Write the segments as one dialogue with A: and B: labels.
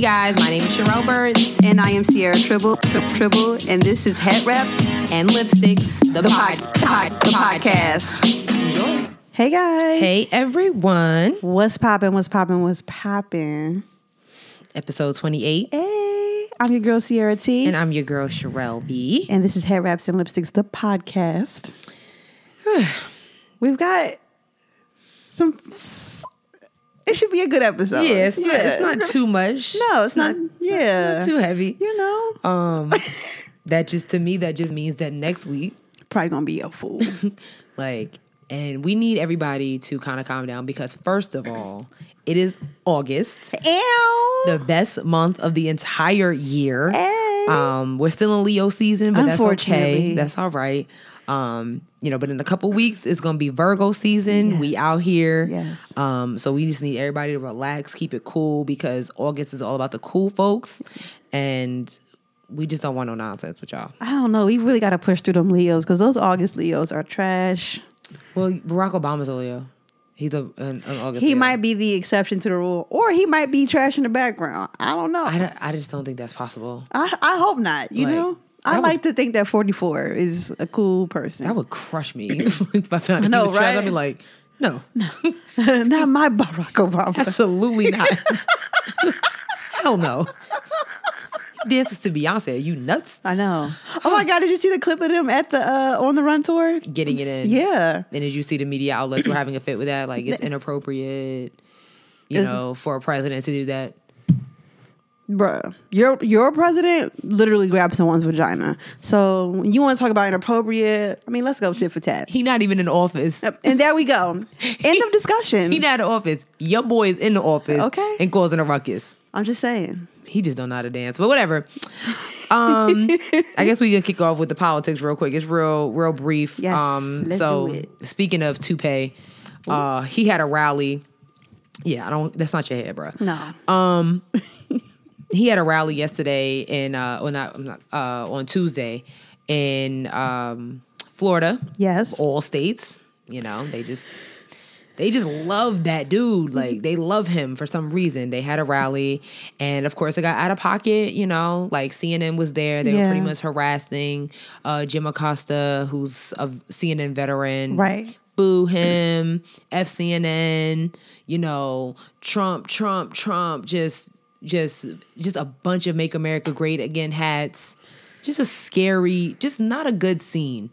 A: guys. My name is Cheryl Burns
B: And I am Sierra Tribble, Tri- Tribble, and this is Head Wraps,
A: and Lipsticks, the,
B: the,
A: pod,
B: pod- pod- the podcast. Hey guys.
A: Hey everyone.
B: What's poppin'? What's poppin'? What's poppin'?
A: Episode 28.
B: Hey, I'm your girl Sierra T.
A: And I'm your girl Sherelle B.
B: and this is Head Wraps and Lipsticks, the podcast. We've got some. It should be a good episode.
A: Yeah, it's, Not, it's not too much.
B: Oh, No, it's, not, Yeah.
A: too heavy.
B: you know,
A: Um that just to me that just means that next week
B: probably gonna be a fool.
A: like and we need everybody to kind of calm down because first of all, it is August,
B: Ew.
A: the best month of the entire year.
B: Hey.
A: Um, we're still in Leo season, but that's okay.
B: Unfortunately.
A: That's all right. Um, you know, but in a couple weeks it's gonna be Virgo season. We out here.
B: Yes.
A: Um, so we just need everybody to relax, keep it cool because August is all about the cool folks, and we just don't want no nonsense with y'all.
B: I don't know. We really got to push through them Leos because those August Leos are trash.
A: Well, Barack Obama's a Leo. He's a an, an August.
B: He
A: Leo.
B: might be the exception to the rule, or he might be trash in the background. I don't know.
A: I,
B: I,
A: don't- I just don't think that's possible.
B: I, hope not. You
A: Like,
B: know,
A: that
B: I
A: would-
B: like to think that 44 is a cool
A: That
B: person.
A: would crush me if I found out
B: I know,
A: he was trash. I'd
B: right?
A: be like, no,
B: not my Barack Obama.
A: absolutely not. Hell no. He dances to Beyonce. Are you nuts?
B: I know. Oh my God! Did you see the clip of him at the uh, on the run tour?
A: Getting it in.
B: Yeah.
A: And as you see, the media outlets were having a fit with that. Like it's inappropriate, you
B: It's-
A: know, for a president to do that.
B: Bruh, your your president literally grabbed someone's vagina. So you want to talk about inappropriate? I mean, let's go tit for tat.
A: He not even in office.
B: And there we go. End of discussion.
A: He not in office. Your boy is in the office.
B: Okay.
A: And causing a ruckus.
B: I'm just saying.
A: he just don't know how to dance. But whatever. Um, I guess we can kick off with the politics real quick. It's real, real brief.
B: Yes,
A: um,
B: let's
A: so
B: do it.
A: speaking of Toupe, uh, he had a rally. Yeah, I don't. That's not your head, bro.
B: No.
A: He had a rally yesterday in uh, well not, I'm not uh, on Tuesday in um, Florida.
B: Yes.
A: all states. You know, they just they just love that dude. Like they love him for some reason. They had a rally, and of course, it got out of pocket. You know, like CNN was there. They were
B: Yeah.
A: pretty much harassing uh, Jim Acosta, who's a CNN veteran,
B: Right.
A: Boo him, F CNN. You know, Trump, Trump, Trump. Just, just, just a bunch of "Make America Great Again" hats. Just a scary, just not a good scene.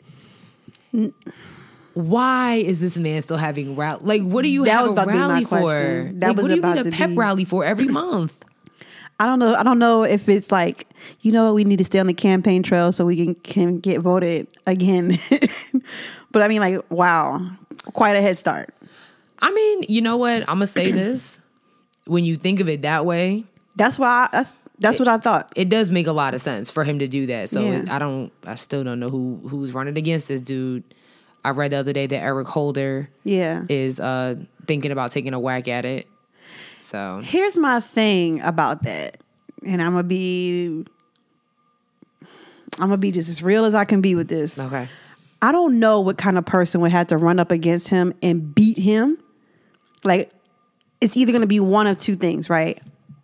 A: Why is this man still having rally? Like, what do you
B: That
A: have
B: was
A: a
B: about to be my
A: rally for?
B: question. That
A: Like,
B: was
A: what do you
B: about
A: need a
B: to
A: pep
B: be-
A: rally for every month?
B: I don't know. I don't know if it's like you know what we need to stay on the campaign trail so we can can get voted again. but I mean, like, wow, quite a head start.
A: I mean, you know what? I'm gonna say this. When you think of it that way,
B: That's why. I, that's that's what I thought.
A: it does make a lot of sense for him to do that. So
B: Yeah.
A: I don't, I still don't know who who's running against this dude. I read the other day that Eric Holder
B: Yeah.
A: is uh thinking about taking a whack at it. So
B: Here's my thing about that, and I'm gonna be. I'm gonna be just as real as I can be with this.
A: okay,
B: I don't know what kind of person would have to run up against him and beat him. Like, it's either going to be one of two things, right?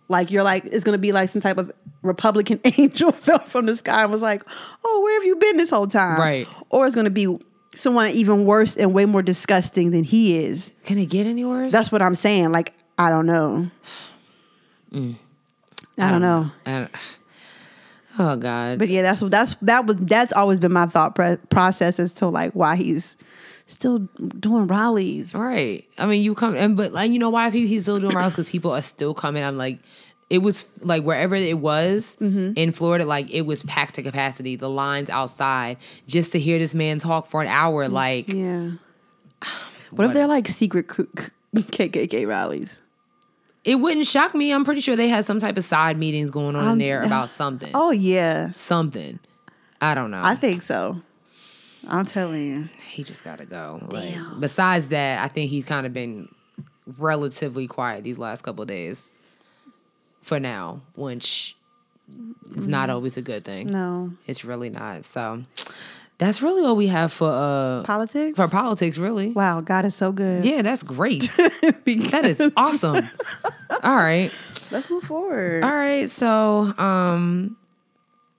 B: Like, you're like, it's going to be like some type of Republican angel fell from the sky and was like, oh, where have you been this whole time?
A: Right.
B: Or it's going to be someone even worse and way more disgusting than he is.
A: can it get any worse?
B: That's what I'm saying. Like, I don't know. I don't
A: Um,
B: know.
A: I- oh God,
B: But yeah, that's that's that was that's always been my thought pre- process as to like why he's still doing rallies.
A: Right. I mean, you come and but like you know why people he's still doing rounds because people are still coming. I'm like, it was like wherever it was
B: Mm-hmm.
A: in Florida, like it was packed to capacity. The lines outside just to hear this man talk for an hour. Like
B: Yeah. What, if they're like secret coo- coo- KKK rallies?
A: it wouldn't shock me. I'm pretty sure they had some type of side meetings going on in
B: Um,
A: there about something.
B: Oh yeah,
A: Something. I don't know.
B: I think so. I'm telling you.
A: he just gotta go. Like, besides that, I think he's kind of been relatively quiet these last couple of days. For now, which is not always a good thing.
B: Mm. No.
A: it's really not. So That's really all we have for uh
B: Politics?
A: for politics, really.
B: wow, God is so good.
A: Yeah, that's great.
B: Because-
A: that is awesome. all right.
B: Let's move forward.
A: All right, so um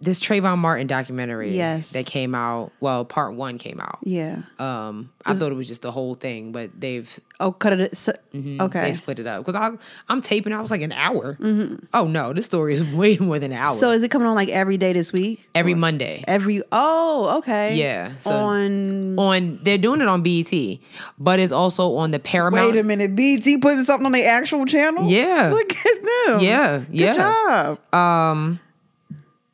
A: this Trayvon Martin documentary
B: Yes.
A: that came out, well, part 1 came out.
B: Yeah.
A: Um I thought it was just the whole thing, but they've
B: Oh, cut it. So,
A: they
B: okay.
A: split it up cuz I I'm taping I was like an hour. Oh no, this story is way more than an hour.
B: Mm-hmm. So is it coming on like every day this week?
A: every Monday.
B: Every oh, okay.
A: Yeah, so-
B: on
A: on they're doing it on BET, but it's also on the Paramount.
B: wait a minute, BT putting something on the actual channel.
A: Yeah.
B: Look at them.
A: Yeah,
B: Good
A: yeah. Uh,
B: job.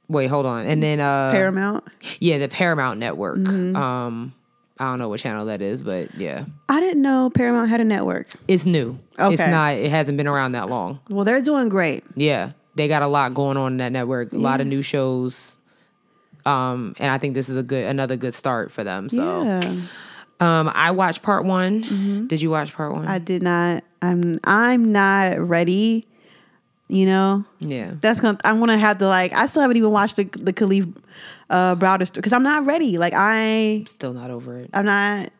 A: Wait, hold on. And then uh
B: Paramount.
A: yeah, the Paramount Network.
B: Mm-hmm.
A: Um I don't know what channel that is, but yeah.
B: I didn't know Paramount had a network.
A: It's new. It's
B: Okay.
A: not it hasn't been around that long.
B: Well, they're doing great.
A: Yeah. They got a lot going on in that network, a lot of new shows. Um, and I think this is a good another good start for them. So
B: Yeah.
A: um I watched part one. Did you watch part one?
B: I did not. I'm. I'm not ready. You know.
A: yeah.
B: That's gonna. I'm gonna have to like. I still haven't even watched the the Khalif uh, Browder because I'm not ready. Like I.
A: Still not over it.
B: I'm not.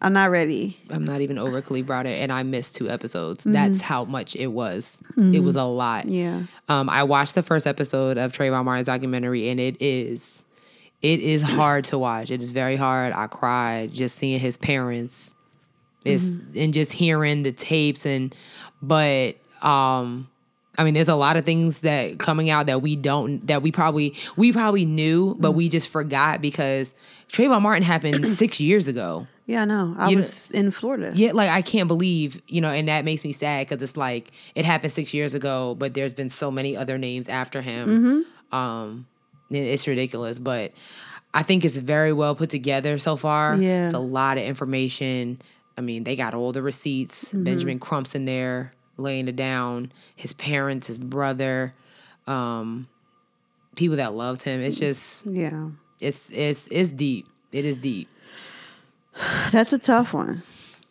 B: I'm not ready.
A: I'm not even over Khalid Browder, and I missed two episodes. That's how much it was. It was a lot.
B: Yeah.
A: Um, I watched the first episode of Trayvon Martin's documentary, and it is, it is hard to watch. It is very hard. I cried just seeing his parents, it's, and just hearing the tapes, and but um, I mean, there's a lot of things that coming out that we don't that we probably we probably knew, but we just forgot because Trayvon Martin happened six years ago.
B: Yeah. No. I
A: You know-
B: was in Florida.
A: Yeah, like I can't believe, you know, and that makes me sad because it's like it happened six years ago, but there's been so many other names after him.
B: Mm-hmm.
A: Um, it- it's ridiculous, but I think it's very well put together so far.
B: Yeah.
A: it's a lot of information. I mean, they got all the receipts.
B: Mm-hmm.
A: Benjamin Crump's in there laying it down. His parents, his brother, um, people that loved him. It's just,
B: Yeah.
A: it's it's it's deep. It is deep.
B: That's a tough one.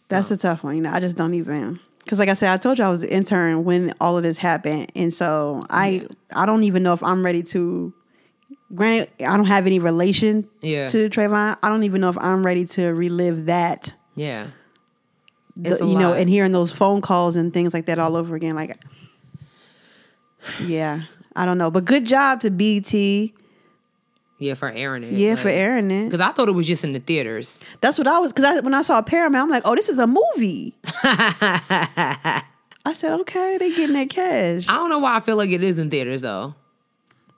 B: That's a tough one. You know, I just don't even because, like I said, I told you I was an intern when all of this happened, and so I I don't even know if I'm ready to. Granted, I don't have any relation
A: Yeah.
B: to Trayvon. I don't even know if I'm ready to relive that.
A: Yeah,
B: the-
A: It's a
B: you know,
A: lot.
B: and hearing those phone calls and things like that all over again. Like, yeah, I don't know, but good job to BT.
A: yeah, for Aaron. it,
B: Yeah, for
A: like-
B: airing it.
A: Because I thought it was just in the theaters.
B: That's what I was because I, when I saw Paramount, I'm like, oh, this is a movie. I said, okay, they getting that cash.
A: I don't know why I feel like it is in theaters though.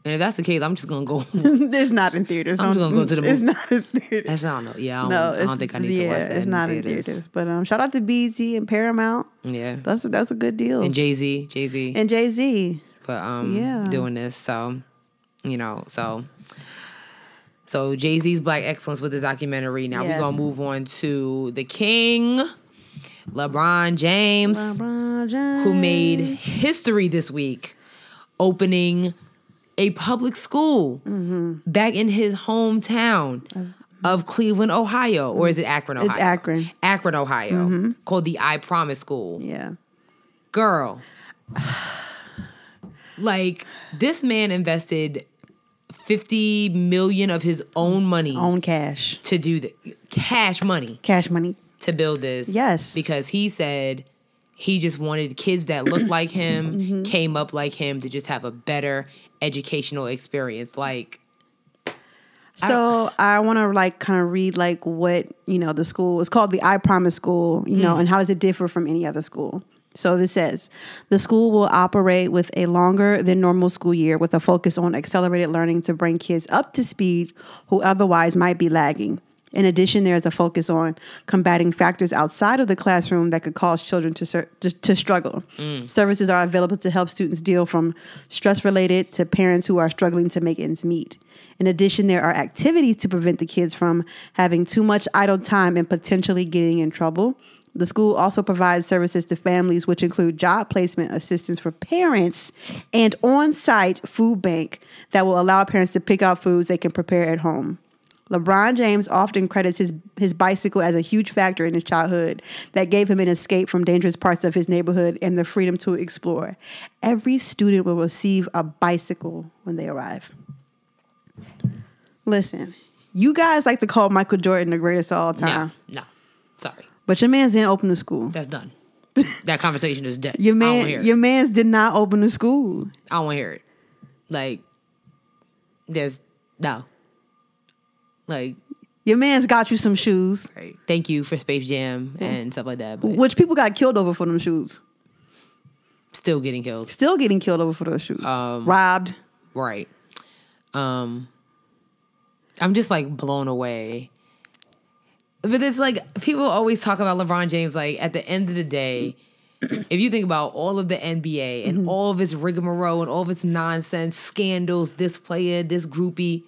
A: And if that's the case, I'm just gonna go.
B: it's not in theaters.
A: I'm just
B: Don't-
A: gonna go to the
B: It's
A: movie.
B: not in theaters.
A: That's I don't know. Yeah, I don't,
B: No,
A: I
B: it's,
A: don't think I need
B: yeah,
A: to watch that.
B: it's
A: in
B: not
A: theaters.
B: in theaters. But um, shout out to BT and Paramount.
A: Yeah,
B: That's that's a good deal.
A: and Jay Z, Jay Z,
B: and Jay Z.
A: for um
B: Yeah.
A: doing this. So, you know, so so Jay Z's Black Excellence with his documentary. Now
B: Yes.
A: we're gonna move on to the King, LeBron James. who made
B: Mm.
A: history this week, opening a public school
B: Mm-hmm.
A: back in his hometown of Cleveland, Ohio, or is it Akron, Ohio?
B: It's Akron. Mm-hmm.
A: Akron, Ohio, called the I Promise School.
B: Yeah.
A: Girl, like this man invested fifty million of his own money
B: Own cash.
A: to do the cash money
B: Cash money.
A: to build this.
B: Yes.
A: Because he said he just wanted kids that looked like him, came up like him, to just have a better educational experience. Like,
B: So I, want to like kind of read like what you know the school. It's called the I Promise School, you know, and how does it differ from any other school? So this says the school will operate with a longer than normal school year with a focus on accelerated learning to bring kids up to speed who otherwise might be lagging. In addition, there is a focus on combating factors outside of the classroom that could cause children to, sur- to, to struggle. Services are available to help students deal from stress related to parents who are struggling to make ends meet. In addition, there are activities to prevent the kids from having too much idle time and potentially getting in trouble. The school also provides services to families, which include job placement assistance for parents and on site food bank that will allow parents to pick out foods they can prepare at home. LeBron James often credits his, his bicycle as a huge factor in his childhood that gave him an escape from dangerous parts of his neighborhood and the freedom to explore. Every student will receive a bicycle when they arrive. Listen, You guys like to call Michael Jordan the greatest of all time,
A: No, no. Sorry.
B: but your man's didn't open the school.
A: That's done. that conversation is dead. I
B: Your
A: don't
B: man,
A: wanna hear it.
B: your man's did not open the school.
A: I don't want to hear it. Like, there's no. Like,
B: Your man's got you some shoes,
A: right. thank you for Space Jam and stuff like that, but
B: which people got killed over for them shoes.
A: still getting killed.
B: Still getting killed over for those shoes.
A: Um,
B: Robbed.
A: Right. Um, I'm just like blown away. But it's like people always talk about LeBron James. Like at the end of the day, if you think about all of the NBA and all of its rigmarole and all of its nonsense, scandals, this player, this groupie,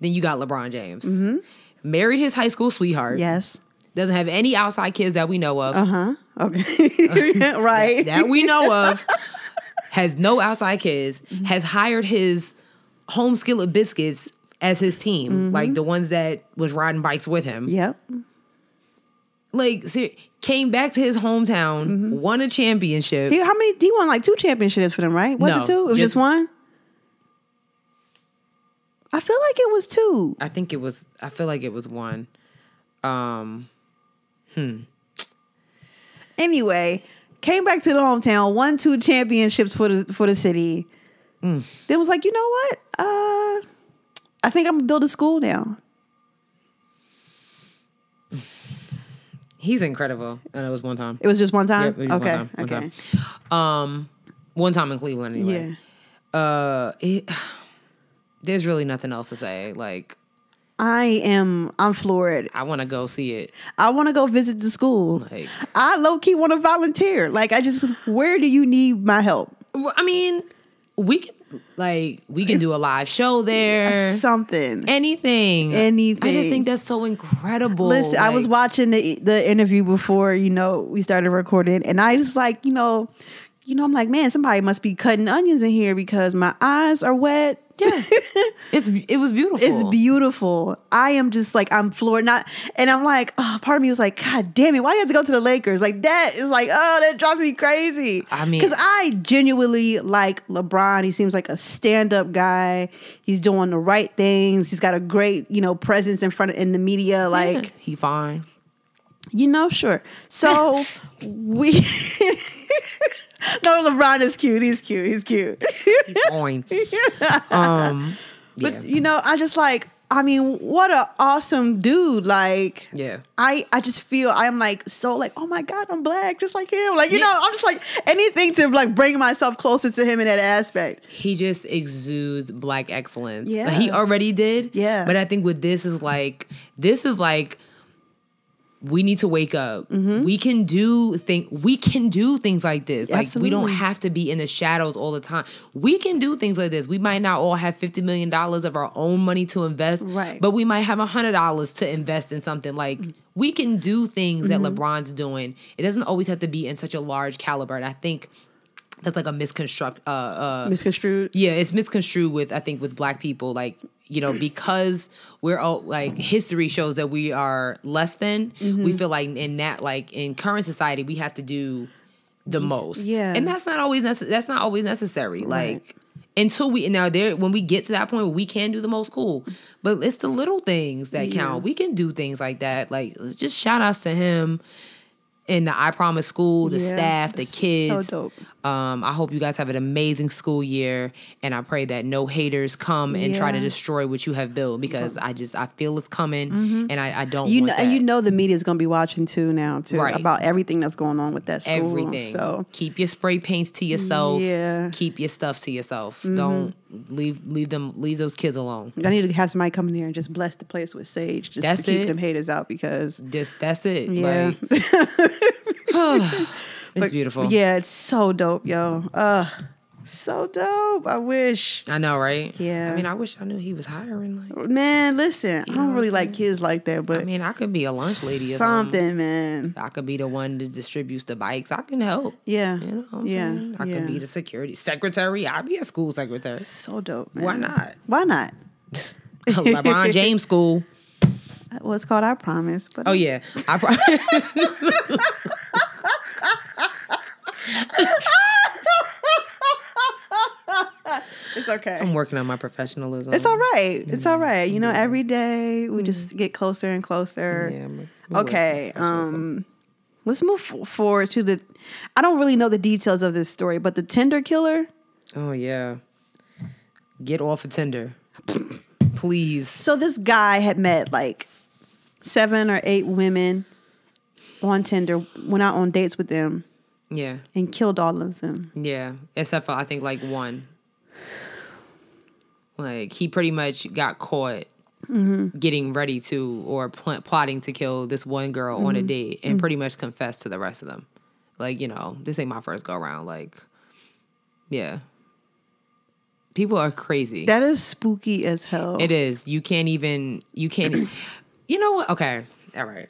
A: then you got LeBron James. Married his high school sweetheart.
B: Yes.
A: Doesn't have any outside kids that we know of.
B: Uh huh. Okay. right.
A: That we know of. Has no outside kids.
B: Mm-hmm.
A: Has hired his home skillet biscuits as his team,
B: Mm-hmm.
A: like the ones that was riding bikes with him.
B: yep.
A: Like ser- came back to his hometown, won a championship.
B: Mm-hmm. He, how many? He won like two championships for them, right? Was
A: No,
B: it two? It was
A: just-
B: just one. I feel like it was two.
A: I think it was. I feel like it was one. Um,
B: Anyway, came back to the hometown, won two championships for the for the city.
A: Mm.
B: Then was like, you know what? Uh, I think I'm gonna build a school now.
A: he's incredible, and it was one time.
B: It was just one
A: Yeah,
B: time.
A: it was one
B: okay.
A: time, one
B: okay.
A: time. Um, one time in Cleveland, anyway.
B: Yeah.
A: uh it, there's really nothing else to say like
B: I am. I'm floored.
A: i want to go see it
B: I want to go visit the school.
A: Like-
B: I low key want to volunteer. Like I just, where do you need my help?
A: i mean we can like we can do a live show there
B: Something.
A: anything i just
B: Anything.
A: think that's so incredible
B: Listen, I was
A: Like,
B: watching the the interview before you know we started recording, and I just like you know, you know, I'm like, man, somebody must be cutting onions in here because my eyes are wet.
A: yeah it's it was beautiful
B: It's beautiful. I am just like I'm floored. Not, and I'm like, oh, part of me was like, God damn it, why do you have to go to the Lakers? Like that is like, oh, that drives me crazy.
A: I mean-
B: because I genuinely like LeBron. He seems like a stand-up guy. He's doing the right things. He's got a great, you know, presence in front of in the media. Like,
A: Yeah, he fine
B: you know, sure. So we. no, LeBron is cute. He's cute. He's cute.
A: fine um yeah
B: But you know, I just like, I mean, what an awesome dude. Like,
A: yeah
B: I, I just feel I'm like so like oh my god I'm black just like him like you
A: Yeah.
B: know I'm just like anything to like bring myself closer to him in that aspect
A: he just exudes black excellence.
B: Yeah.
A: Like, he already did.
B: Yeah.
A: But I think with this is like this is like we need to wake up.
B: Mm-hmm.
A: We can do thing we can do things like this. Like we don't
B: Absolutely.
A: have to be in the shadows all the time. We can do things like this. We might not all have 50 million dollars of our own money to invest,
B: Right. Mm-hmm.
A: but we might have a $100 to invest in something like we can do things that LeBron's doing. It doesn't always have to be in such a large caliber. And I think that's like a misconstruct uh uh
B: misconstrued
A: yeah, it's misconstrued with I think with black people like you know because we're all like history shows that we are less than we
B: Mm-hmm.
A: feel like in that like in current society we have to do the most
B: yeah.
A: and that's not always nece- that's not always necessary like until we now there when we get to that point where we can do the most cool but it's the little things that count we can do things like that like just shout outs to him and the I Promise School, the
B: Yeah,
A: staff, the
B: it's so
A: kids.
B: dope.
A: Um, I hope you guys have an amazing school year, and I pray that no haters come and try to
B: Yeah.
A: destroy what you have built because I just I feel it's coming, and I, I don't
B: Mm-hmm. you
A: want
B: know and
A: that.
B: you know the media's gonna be watching too now too
A: Right.
B: about everything that's going on with that school
A: everything.
B: so
A: keep your spray paints to yourself.
B: Yeah. Mm-hmm.
A: keep your stuff to yourself. Don't leave leave them leave those kids alone.
B: I need to have somebody come in here and just bless the place with sage just
A: That's
B: to keep
A: it.
B: them haters out because
A: Just that's it.
B: yeah
A: Like, it's beautiful.
B: yeah it's so dope yo uh so dope I wish
A: I know, right?
B: Yeah.
A: I mean, I wish I knew he was hiring. Like,
B: man listen I
A: know
B: don't
A: what
B: really
A: I'm
B: like kids like that but
A: I mean, I could be a lunch lady or something.
B: something man
A: I could be the one that distributes the bikes. I can help.
B: yeah
A: You know what I'm
B: yeah
A: saying? I
B: yeah.
A: could be the security secretary. I'd be a school secretary.
B: so dope
A: Why
B: man.
A: not?
B: why not
A: LeBron James School.
B: well it's called I promise but
A: Oh yeah, I probably.
B: it's It's okay.
A: I'm working on my professionalism.
B: It's all right. It's all right. You know, every day we just get closer and closer.
A: Mm-hmm. Yeah, I'm- I'm
B: okay.
A: working on professionalism.
B: Um, let's move f- forward to the. I don't really know the details of this story, but the Tinder killer.
A: oh yeah. Get off of Tinder, please.
B: So this guy had met like seven or eight women on Tinder, went out on dates with them,
A: Yeah,
B: and killed all of them.
A: yeah. Except for I think like one. Like he pretty much got caught getting ready to or pl- plotting to kill this one girl on a date and pretty much confessed to the rest of them. Like you know, this ain't my first go around. Like, yeah. People are crazy.
B: That is spooky as hell.
A: It is. You can't even. You can't. you know what? Okay. All right.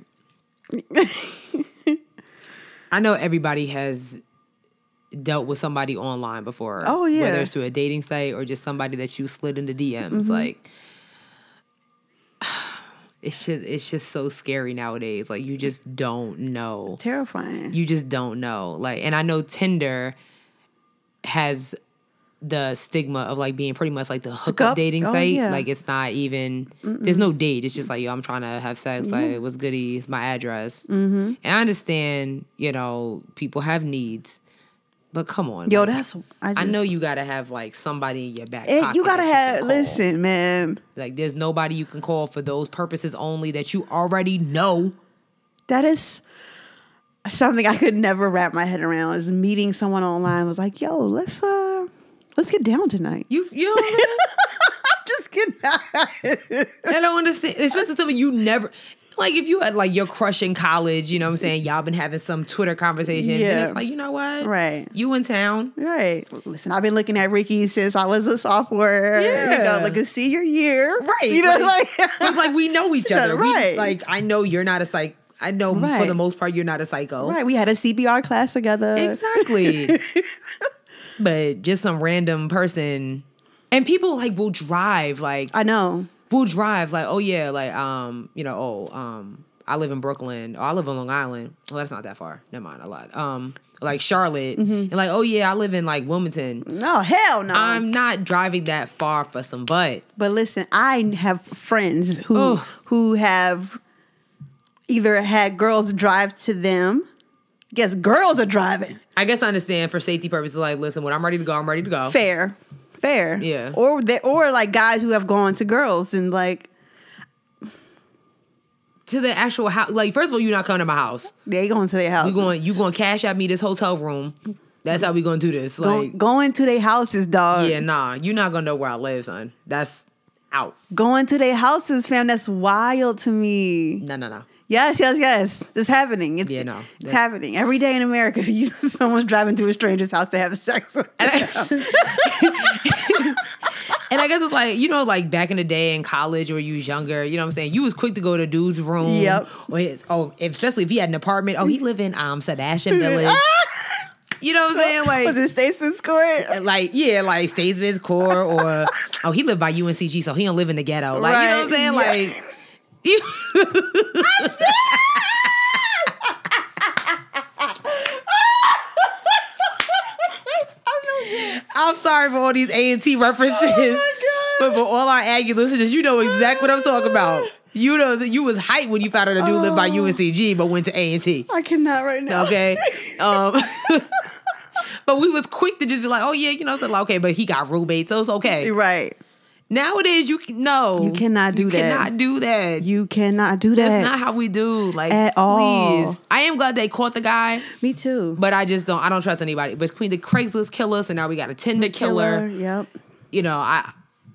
A: I know everybody has dealt with somebody online before.
B: Oh, yeah.
A: Whether it's through a dating site or just somebody that you slid into DMs,
B: Mm-hmm.
A: like. It's just it's just so scary nowadays. Like you just don't know
B: Terrifying.
A: you just don't know. Like, and I know Tinder has the stigma of like being pretty much like the hookup
B: Hookup?
A: dating
B: Oh,
A: site.
B: yeah.
A: Like, it's not even there's no date. It's just like yo, I'm trying to have sex. Like, what's goody? It's my address. Mm-hmm. And I understand, you know, people have needs, but come on,
B: Yo,
A: like,
B: that's. I, just,
A: I know you gotta have like somebody in your back.
B: It-
A: pocket
B: you
A: that
B: gotta
A: can
B: have.
A: call.
B: Listen, man.
A: Like, there's nobody you can call for those purposes only that you already know.
B: That is something I could never wrap my head around. Is meeting someone online was like, yo, let's uh, let's get down tonight.
A: You, you know what I'm saying?
B: Just get down.
A: I don't understand. Especially something you never like if you had like your crush in college, you know what I'm saying? Y'all been having some Twitter conversation. Then
B: Yeah.
A: it's like, you know what?
B: Right.
A: You in town.
B: Right. Listen, I've been looking at Ricky since I was a sophomore. You
A: Yeah.
B: know, like a senior year.
A: Right.
B: You know, like,
A: Like- It's like we know each other. We-
B: Right.
A: like I know you're not a psych I know for
B: Right.
A: the most part you're not a psycho.
B: right. We had a CPR class together.
A: Exactly. but just some random person and people like will drive like
B: I know.
A: we'll drive like oh yeah like um you know oh um i live in brooklyn or i live on long island well that's not that far never mind a lot um like charlotte and like oh yeah i live in like wilmington
B: Mm-hmm. No, hell no.
A: i'm not driving that far for some butt
B: but listen, I have friends who
A: Oh.
B: who have either had girls drive to them. Guess girls are driving.
A: i guess i understand for safety purposes like listen when i'm ready to go i'm ready to go
B: Fair. Fair.
A: Yeah.
B: Or they, or like guys who have gone to girls and like
A: to the actual house like first of all you're not coming to my house
B: they going to their house.
A: you going you going to cash at me this hotel room that's how we gonna do this
B: Go-
A: like
B: going to their houses, dog.
A: yeah nah you're not gonna know where i live son that's out
B: Going to their houses, fam. That's wild to me.
A: no no no
B: Yes, yes, yes. It's happening. It's,
A: Yeah, no.
B: it's happening every day in America. You, someone's driving to a stranger's house to have sex. With them.
A: And I guess it's like, you know, like back in the day in college or you was younger, you know what I'm saying? You was quick to go to dude's room.
B: Yep.
A: Or his, oh, especially if he had an apartment. Oh, he live in um Sebastian Village. you know what I'm saying?
B: was
A: Like
B: it Station Square?
A: uh, like yeah, like Statesman's Core or oh he lived by UNCG, so he don't live in the ghetto. Like you know what I'm saying?
B: Right,
A: Like you- I'm sorry for all these A and T references. But for all our Aggie listeners, you know exactly what I'm talking about. You know that you was hyped when you found out a dude lived by UNCG but went to A and T.
B: I cannot right now.
A: Okay. Um But we was quick to just be like, oh yeah, you know, so like, okay, but he got roommates, so it's okay.
B: You're right.
A: Nowadays, you can- no,
B: You cannot do
A: you
B: that.
A: Cannot do that.
B: You cannot do that.
A: That's not how we do. Like
B: At all.
A: Please. I am glad they caught the guy,
B: Me too.
A: but I just don't. I don't trust anybody. Between the Craigslist killers and now we got a Tinder killer.
B: Yep.
A: You know, I.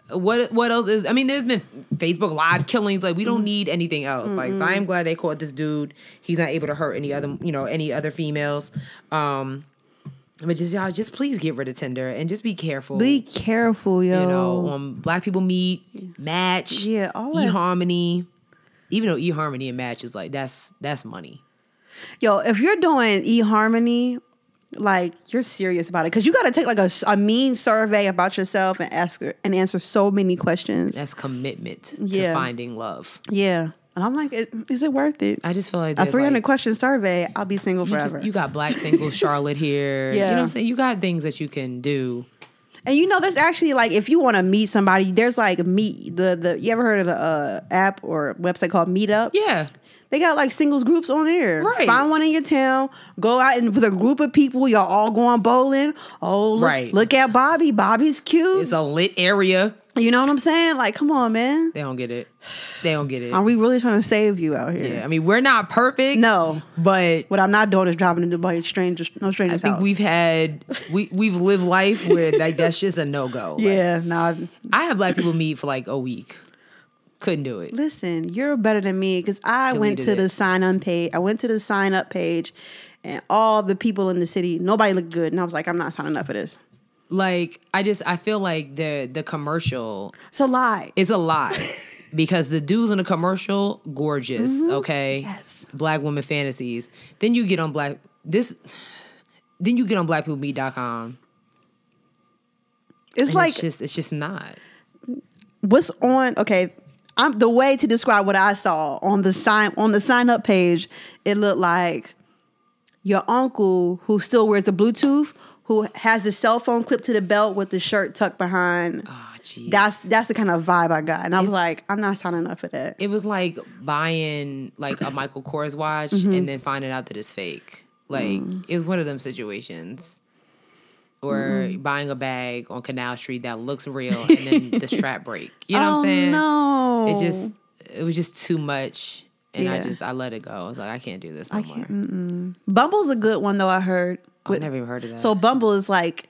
A: What what else is? I mean, there's been Facebook Live killings. Like we
B: Mm-hmm.
A: don't need anything else. Like so I am glad they caught this dude. He's not able to hurt any other you know any other females. Um, but just y'all, just please get rid of Tinder and just be careful
B: Be careful, yo.
A: you know, um, Black People Meet, Match,
B: Yeah, all that-
A: eHarmony. Even though eHarmony and Match is like that's that's money.
B: Yo, if you're doing eHarmony, like you're serious about it because you got to take like a, s- a mean survey about yourself and ask and answer so many questions.
A: That's commitment to
B: Yeah.
A: finding love.
B: yeah, and I'm like, it- is it worth it?
A: I just feel like
B: A
A: there's,
B: 300
A: like,
B: question survey, I'll be single
A: you, just-
B: forever.
A: you got Black Single Charlotte here. You know
B: Yeah.
A: what I'm saying? You got things that you can do.
B: And you know, there's actually like if you want to meet somebody, there's like meet the the you ever heard of the uh, app or website called Meetup?
A: Yeah.
B: They got like singles groups on there.
A: Right.
B: Find one in your town. Go out and with a group of people, y'all all going bowling. Oh, look,
A: Right.
B: look at Bobby. Bobby's cute.
A: It's a lit area.
B: you know what I'm saying? Like, come on, man.
A: They don't get it. They don't get it.
B: Are we really trying to save you out here?
A: Yeah. I mean, we're not perfect.
B: No.
A: But
B: What I'm not doing is driving into by strangers, no
A: I
B: strangers.
A: think
B: house.
A: we've had we we've lived life where like that's just a no go.
B: Yeah, nah.
A: I had black people meet for like a week. Couldn't do it.
B: Listen, you're better than me because I went
A: Deleted
B: to
A: it.
B: the sign on page. I went to the sign up page, and all the people in the city, nobody looked good, and I was like, I'm not signing up for this.
A: Like I just I feel like the the commercial
B: It's a lie.
A: is a lie because the dudes in the commercial gorgeous, okay?
B: Mm-hmm. Yes.
A: Black woman fantasies. Then you get on black this then you get on blackpeoplemeet.com.
B: It's
A: It's
B: like
A: like it's just it's just not.
B: what's on okay i'm the way to describe what i saw on the sign on the sign up page it looked like your uncle who still wears the bluetooth who has the cell phone clipped to the belt with the shirt tucked behind
A: Oh jeez.
B: that's that's the kind of vibe i got and i was like i'm not signing up for that
A: It was like buying like a Michael Kors watch
B: Mm-hmm.
A: and then finding out that it's fake. Like
B: Mm.
A: it was one of them situations. Or buying a bag on Canal Street that looks real and then the strap break. You know what I'm saying?
B: Oh, no
A: It just it was just too much. And I
B: Oh. Yeah.
A: just I let it go. I was like, I can't do this no more.
B: bumble's a good one though i heard
A: I've never even heard of that.
B: so bumble is like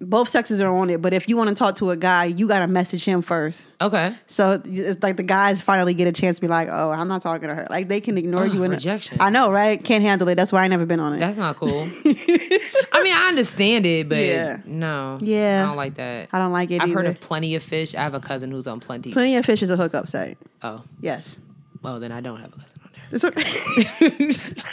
B: both sexes are on it but if you want to talk to a guy you got to message him first
A: okay.
B: So it's like the guys finally get a chance to be like, "Oh, I'm not talking to her." Like they can ignore you in
A: rejection.
B: I know, right? Can't handle it. That's why I never been on it.
A: That's not cool. I mean, I understand it, but
B: Yeah.
A: no.
B: Yeah.
A: I don't like that.
B: I don't like it.
A: I've heard
B: either.
A: of Plenty of Fish. I have a cousin who's on Plenty.
B: plenty of fish is a hookup site.
A: oh.
B: Yes,
A: Well, then I don't have a cousin on there.
B: it's okay.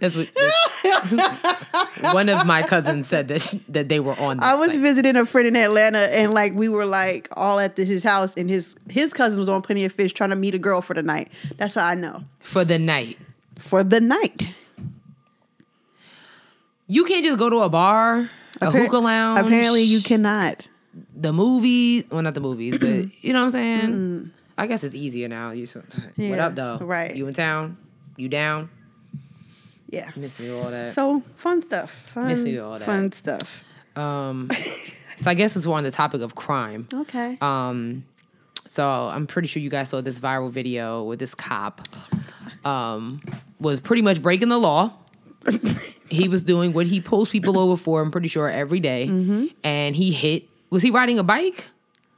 A: That's what that's- one of my cousins said that she, that they were on. That
B: I was
A: site.
B: visiting a friend in Atlanta, and like we were like all at his house, and his his cousin was on plenty of fish trying to meet a girl for the night. That's how I know
A: for the night.
B: for the night.
A: You can't just go to a bar, a
B: Appar-
A: hookah lounge.
B: Apparently, you cannot.
A: the movies. Well, not the movies, but you know what I'm saying. I guess it's easier now. You, so- what
B: Yeah,
A: up though?
B: right.
A: You in town? You down?
B: Yeah,
A: Miss me all that.
B: so fun stuff. Fun,
A: Miss you all that.
B: Fun stuff.
A: Um, so I guess since we're on the topic of crime,
B: Okay.
A: Um, so I'm pretty sure you guys saw this viral video with this cop. Um, was pretty much breaking the law. he was doing what he pulls people over for. I'm pretty sure every day.
B: Mm-hmm.
A: and he hit. Was he riding a bike?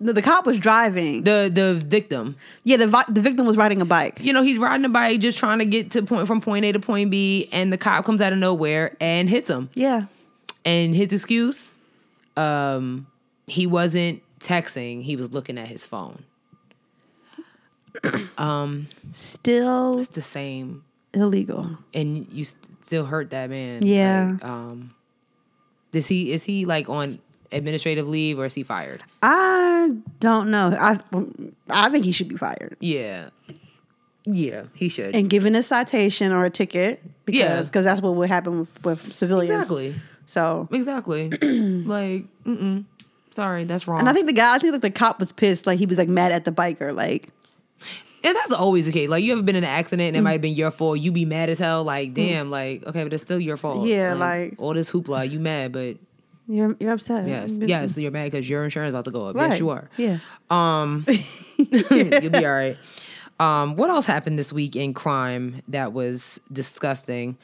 B: No, the cop was driving.
A: The the victim.
B: yeah, the vi- the victim was riding a bike.
A: You know, he's riding a bike, just trying to get to point from point A to point B, and the cop comes out of nowhere and hits him.
B: Yeah.
A: And his excuse, um, he wasn't texting. He was looking at his phone.
B: Still
A: It's the same
B: illegal.
A: and you st- still hurt that man.
B: Yeah.
A: Like, um, is he is he like on administrative leave or is he fired?
B: I don't know. I I think he should be fired
A: Yeah. Yeah, he should.
B: and given a citation or a ticket because
A: Yeah.
B: cause that's what would happen with, with civilians.
A: exactly.
B: So,
A: Exactly. like, mm-mm. sorry, that's wrong.
B: and
A: And,
B: I think the guy, I think like the cop was pissed. Like he was like mad at the biker. Like
A: that's always the case. Like, you ever been in an accident and
B: Mm.
A: it might have been your fault. You be mad as hell. Like, damn. Like, okay, but it's still your fault.
B: Yeah, like-
A: all this hoopla. You mad, but
B: you're you're upset.
A: yes,
B: You've been-
A: yes, you're mad because your insurance about to go up.
B: Mm-hmm. Right.
A: Yes, you are.
B: Yeah.
A: Um, you'll be all right. Um, what else happened this week in crime that was disgusting?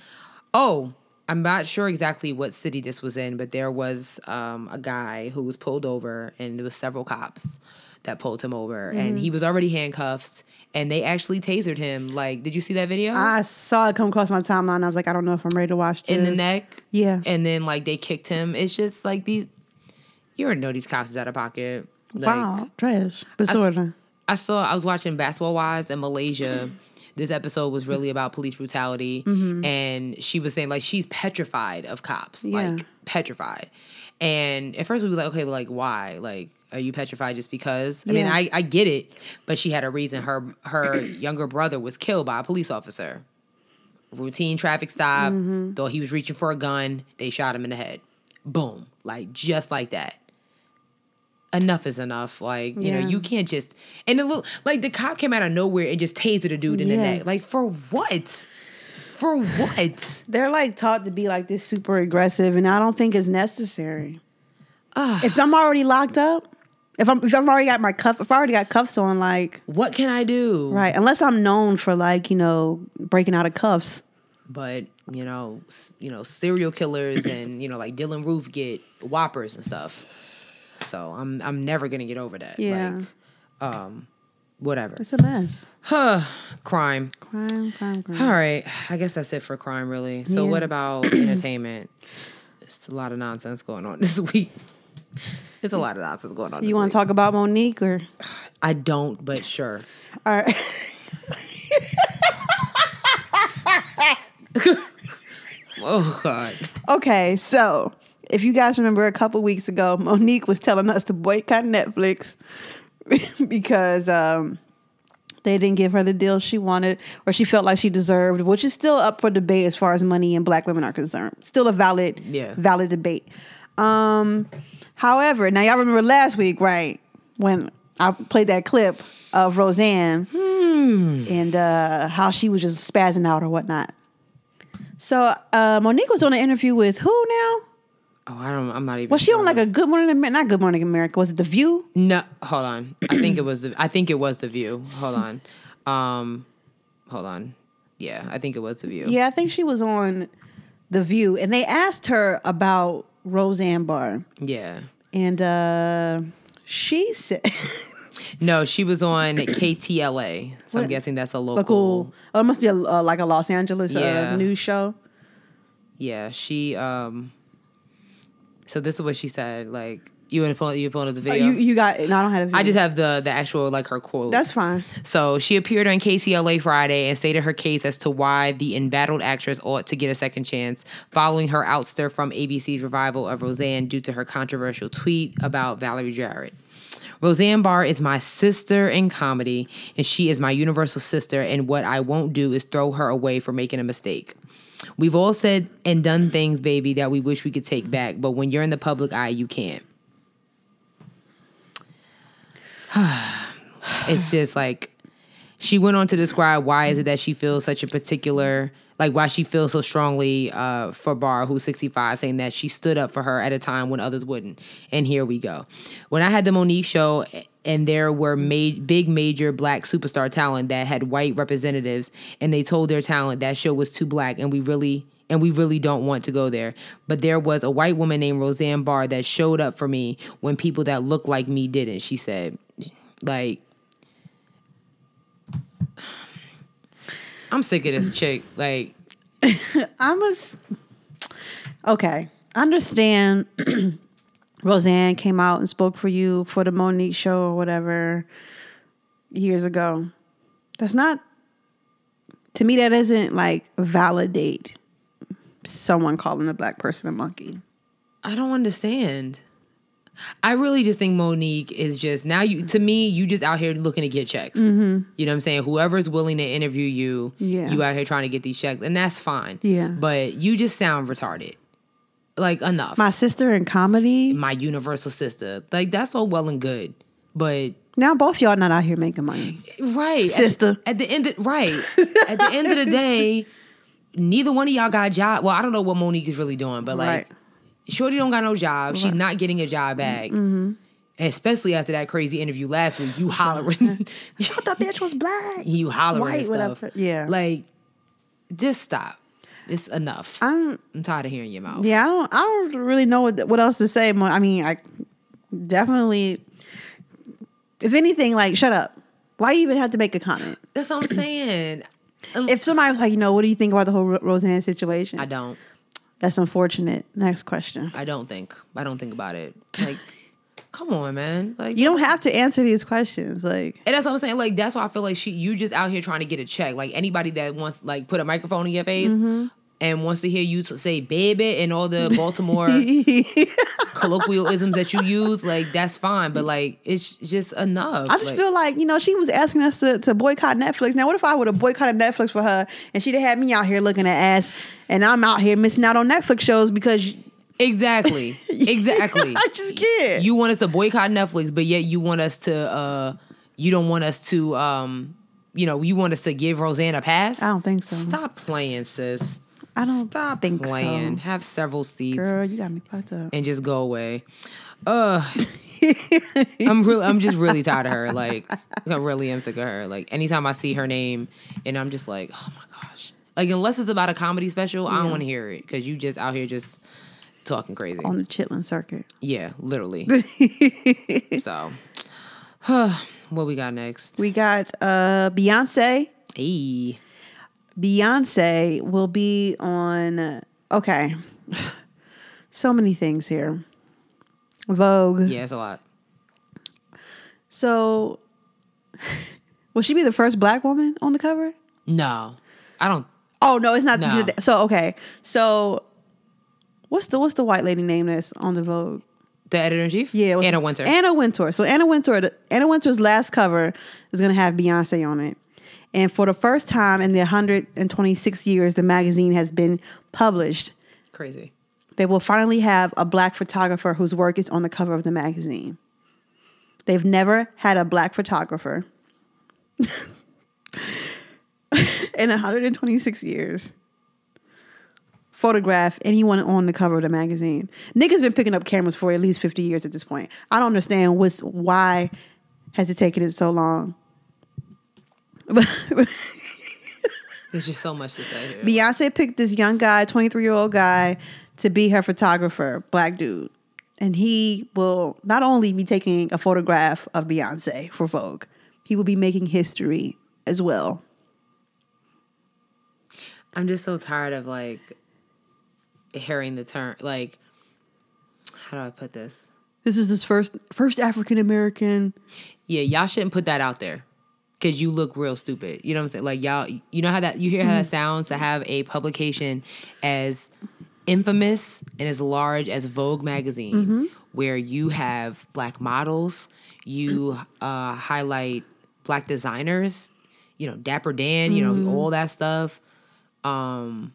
A: Oh, I'm not sure exactly what city this was in, but there was um, a guy who was pulled over, and there was several cops that pulled him over,
B: Mm-hmm.
A: and he was already handcuffed, and they actually tasered him. Like, did you see that video?
B: I saw it come across my timeline. I was like, I don't know if I'm ready to watch this.
A: in the neck.
B: Yeah.
A: And then like they kicked him. It's just like these. You already know these cops is out of pocket. Like,
B: wow, trash. But sort of.
A: I saw I was watching Basketball Wives in Malaysia. This episode was really about police brutality,
B: Mm-hmm.
A: and she was saying like she's petrified of cops,
B: Yeah.
A: like petrified. And at first we were like, okay, well, like why? Like, are you petrified just because? I mean,
B: Yeah.
A: I, I get it, but she had a reason. Her her younger brother was killed by a police officer.
B: Mm-hmm.
A: Routine traffic stop. Though he was reaching for a gun, they shot him in the head. boom, like just like that. Enough is enough. Like, you
B: Yeah.
A: know, you can't just and the little like the cop came out of nowhere and just tasered a dude in the
B: Yeah.
A: neck. Like for what? For what?
B: They're like taught to be like this super aggressive, and I don't think it's necessary. if I'm already locked up, if I'm if I've already got my cuff, if I already got cuffs on, like
A: What can I do?
B: right, unless I'm known for like you know breaking out of cuffs.
A: But you know, s- you know, serial killers and you know, like Dylan Roof get whoppers and stuff. So I'm I'm never gonna get over that.
B: Yeah.
A: Like, um, whatever.
B: It's a mess.
A: Huh. Crime.
B: Crime, crime, crime.
A: All right. I guess that's it for crime, really. So,
B: Yeah.
A: what about entertainment? It's a lot of nonsense going on this week. It's a lot of nonsense going on.
B: You want to talk about Monique or?
A: talk? I don't, but sure.
B: All right.
A: Oh God.
B: okay, so if you guys remember a couple weeks ago, Monique was telling us to boycott Netflix because um, they didn't give her the deal she wanted or she felt like she deserved, which is still up for debate as far as money and black women are concerned. Still a valid,
A: Yeah.
B: valid debate. Um, however, now y'all remember last week, right? When I played that clip of Roseanne and uh, how she was just spazzing out or whatnot. So uh, Monique was on an interview with who now?
A: Oh, I don't. I'm not even.
B: Was she on
A: sure.
B: like a Good Morning America? Not Good Morning America. Was it The View?
A: No. Hold on. I think it was the. I think it was the View. Hold on. Um, hold on. Yeah, I think it was the View.
B: Yeah, I think she was on The View, and they asked her about Roseanne Barr,
A: Yeah.
B: and uh, she said,
A: No, she was on KTLA. So I'm
B: What-
A: guessing that's a
B: "Cool. Oh, it must be a, uh, like a Los Angeles uh,
A: Yeah.
B: news show."
A: Yeah, she. um So this is what she said. Like you want to pull you pulling up the
B: Uh,
A: video.
B: You you got? No, I don't have. A
A: I just have the the actual like her quote.
B: That's fine.
A: so she appeared on KCLA Friday and stated her case as to why the embattled actress ought to get a second chance following her ouster from ABC's revival of Roseanne due to her controversial tweet about Valerie Jarrett. Roseanne Barr is my sister in comedy, and she is my universal sister. And what I won't do is throw her away for making a mistake. We've all said and done things, baby, that we wish we could take back, but when you're in the public eye, you can't. it's just like she went on to describe why is it that she feels such a particular like why she feels so strongly uh, for Barr, who's 65, saying that she stood up for her at a time when others wouldn't. And here we go. When I had the Monique show, and there were ma- big major black superstar talent that had white representatives, and they told their talent that show was too black, and we really and we really don't want to go there. But there was a white woman named Roseanne Barr that showed up for me when people that looked like me didn't. She said, like. I'm sick of this chick. Like,
B: I'm a. s- Okay, I understand. Roseanne came out and spoke for you for the Monique show or whatever years ago. That's not. To me, that doesn't like validate someone calling a black person a monkey.
A: I don't understand. I really just think Monique is just now you to me, you just out here looking to get checks. You know what I'm saying? Whoever's willing to interview you,
B: Yeah.
A: you out here trying to get these checks, and that's fine.
B: Yeah.
A: But you just sound retarded. Like enough.
B: My sister in comedy.
A: My universal sister. Like that's all well and good. But
B: Now both y'all not out here making money.
A: right. at-
B: Sister.
A: At, the end of, right. at the end of the day, neither one of y'all got a job. Well, I don't know what Monique is really doing, but like
B: Right.
A: Shorty don't got no job. She's not getting a job back.
B: Mm-hmm.
A: Especially after that crazy interview last week, you hollering,
B: I thought bitch was black.
A: you hollering
B: White
A: and
B: with a
A: stuff.
B: fr- yeah.
A: like just stop. It's enough. I'm,
B: I'm
A: tired of hearing your mouth.
B: Yeah, I don't. I don't really know what what else to say. Mo- I mean, I definitely. If anything, like shut up. Why you even have to make a comment?
A: That's what I'm saying.
B: If somebody was like, you know, what do you think about the whole Ro- Roseanne situation?
A: I don't.
B: That's unfortunate. Next question.
A: I don't think. I don't think about it. Like, come on, man. Like
B: You don't have to answer these questions. Like,
A: And that's what I'm saying. Like that's why I feel like she, you just out here trying to get a check. Like anybody that wants, like, put a microphone in your face
B: Mm-hmm.
A: and wants to hear you t- say "baby" and all the Baltimore colloquialisms that you use, like that's fine. But like, it's just enough.
B: I just feel like you know she was asking us to, to boycott Netflix. Now, what if I would have boycotted Netflix for her and she'd have had me out here looking at ass, and I'm out here missing out on Netflix shows because
A: Exactly. Exactly.
B: I just can't.
A: you want us to boycott Netflix, but yet you want us to uh you don't want us to um you know, you want us to give Roseanne a pass?
B: I don't think so.
A: Stop playing, sis.
B: I don't
A: Stop
B: think so.
A: playing. Have several seats
B: Girl, you got me fucked up.
A: and just go away. Uh I'm really I'm just really tired of her. Like I really am sick of her. Like anytime I see her name and I'm just like, oh my gosh. Like unless it's about a comedy special, I don't want to hear it because you just out here just talking crazy.
B: On the chitlin circuit.
A: Yeah, literally. so, what we got next?
B: We got uh Beyonce.
A: Hey,
B: Beyonce will be on okay. so many things here. Vogue.
A: yeah, it's a lot.
B: So will she be the first black woman on the cover?
A: No, I don't.
B: Oh no, it's not
A: No.
B: so okay. So what's the what's the white lady name that's on the Vogue?
A: The editor in chief,
B: Yeah, it was
A: Anna Winter.
B: Anna Wintour. So Anna Wintour, the- Anna Wintour's last cover is going to have Beyonce on it. And for the first time in the 126 years the magazine has been published,
A: Crazy.
B: they will finally have a black photographer whose work is on the cover of the magazine. They've never had a black photographer in 126 years photograph anyone on the cover of the magazine. Niggas been picking up cameras for at least 50 years at this point. I don't understand what's why has it taken it so long.
A: There's just so much to say here.
B: Beyonce picked this young guy, 23 year old guy, to be her photographer, black dude. And he will not only be taking a photograph of Beyonce for Vogue, he will be making history as well.
A: I'm just so tired of like hearing the term. Like, how do I put this?
B: This is his first first African American.
A: Yeah, y'all shouldn't put that out there. Cause you look real stupid. You know what I'm saying? Like y'all, you know how that you hear how that sounds to have a publication as infamous and as large as Vogue magazine, where you have black models, you uh, highlight black designers, you know Dapper Dan, you know all that stuff. Um,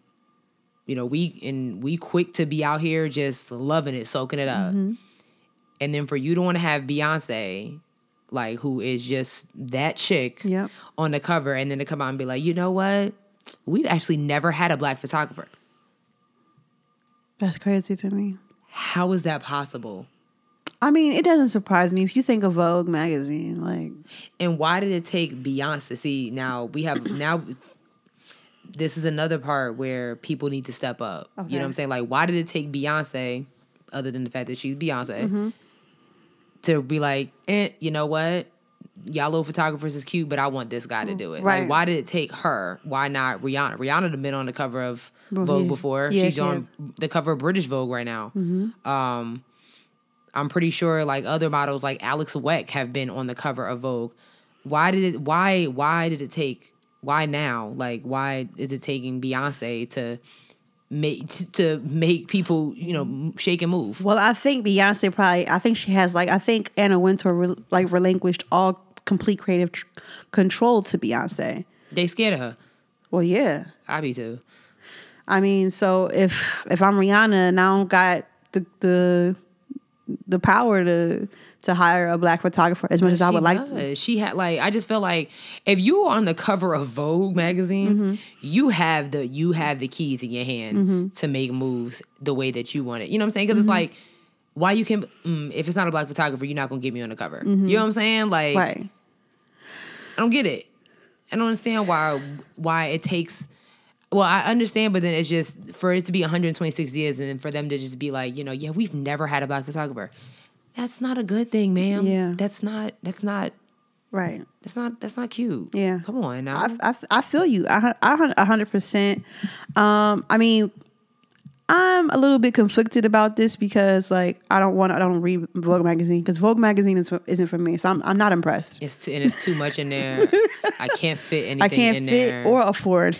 A: you know we and we quick to be out here just loving it, soaking it up and then for you to want to have Beyonce, like who is just that chick
B: Yep.
A: on the cover, and then to come out and be like, you know what? We've actually never had a black photographer.
B: That's crazy to me.
A: How is that possible?
B: I mean, it doesn't surprise me if you think of Vogue magazine, like
A: And why did it take Beyonce? See, now we have now this is another part where people need to step up. You know what I'm
B: Okay.
A: saying? Like, why did it take Beyonce, other than the fact that she's Beyonce,
B: Mm-hmm.
A: to be like, eh, you know what? Y'all little photographers is cute, but I want this guy to do it.
B: Mm-hmm. Right.
A: Like, why did it take her? Why not Rihanna? Rihanna had been on the cover of
B: Well,
A: Vogue
B: yeah.
A: before.
B: Yeah,
A: she's
B: she
A: on
B: has.
A: the cover of British Vogue right now. Um, I'm pretty sure like other models like Alex Weck have been on the cover of Vogue. Why did it why why did it take why now? Like why is it taking Beyonce to make to, to make people, you know, m- shake and move?
B: Well, I think Beyonce probably. I think she has like. I think Anna Wintour re, like relinquished all complete creative tr- control to Beyonce.
A: They scared of her.
B: Well, yeah.
A: I be too.
B: I mean, so if if I'm Rihanna and I don't got the the the power to to hire a black photographer as much as I
A: She
B: would like
A: does.
B: to.
A: She had like I just felt like if you were on the cover of Vogue magazine,
B: Mm-hmm.
A: you have the you have the keys in your hand to make moves the way that you want it. You know what I'm saying?
B: Mm-hmm.
A: Because it's like why you can mm, if it's not a black photographer, you're not gonna get me on the cover. You know what I'm saying? Like
B: Mm-hmm. Right.
A: I don't get it. I don't understand why why it takes. Well, I understand, but then it's just for it to be 126 years, and then for them to just be like, you know, yeah, we've never had a black photographer. That's not a good thing, ma'am.
B: Yeah.
A: that's not. That's not.
B: Right.
A: That's not. That's not cute.
B: Yeah.
A: come on now.
B: I, I, I feel you. I hun- I hun- a hundred percent. Um, I mean, I'm a little bit conflicted about this because like I don't want I don't read Vogue magazine because Vogue magazine is for, isn't for me. So I'm I'm not impressed.
A: it's too, and it's too much in there. I can't fit anything
B: I can't
A: in
B: fit
A: there.
B: or afford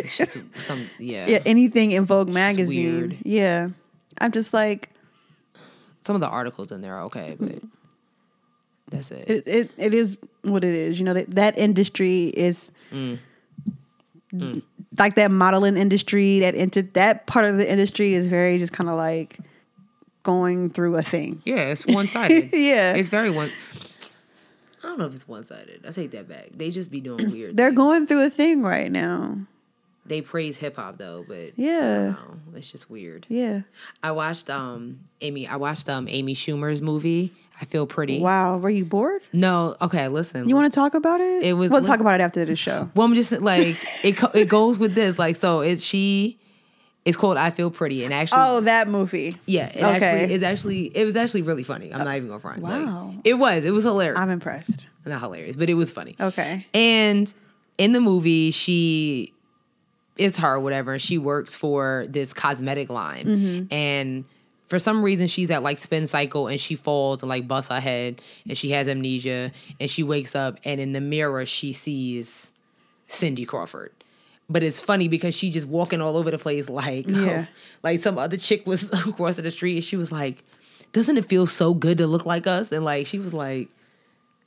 A: It's just some yeah.
B: yeah, anything in Vogue magazine.
A: weird.
B: Yeah, I'm just like
A: Some of the articles in there are okay, but that's it.
B: Mm-hmm. it, it, it is what it is. You know that that industry is like that modeling industry, that inter- that part of the industry is very just kind of like going through a thing.
A: Yeah, it's one sided.
B: Yeah.
A: It's very one. I don't know if it's one sided. I take that back. They just be doing weird.
B: They're
A: things.
B: going through a thing right now.
A: They praise hip hop though, but
B: Yeah.
A: I don't know. it's just weird.
B: Yeah.
A: I watched um Amy. I watched um Amy Schumer's movie. I feel pretty.
B: Wow. Were you bored?
A: No, okay. Listen,
B: You want to talk about it?
A: It was-
B: We'll talk about it after the show.
A: Well, I'm just like it. Co- it goes with this. Like, so it's she. It's called "I Feel Pretty," and actually,
B: Oh, that movie.
A: yeah, it
B: okay.
A: actually, it's actually, it was actually really funny. I'm not even gonna front. Like,
B: wow.
A: it was. It was hilarious.
B: I'm impressed.
A: not hilarious, but it was funny.
B: Okay.
A: And in the movie, she it's her, whatever, and she works for this cosmetic line.
B: Mm-hmm.
A: And for some reason she's at like spin cycle and she falls and like busts her head and she has amnesia and she wakes up and in the mirror she sees Cindy Crawford. But it's funny because she just walking all over the place like
B: Yeah.
A: like some other chick was crossing the street and she was like, Doesn't it feel so good to look like us? And like she was like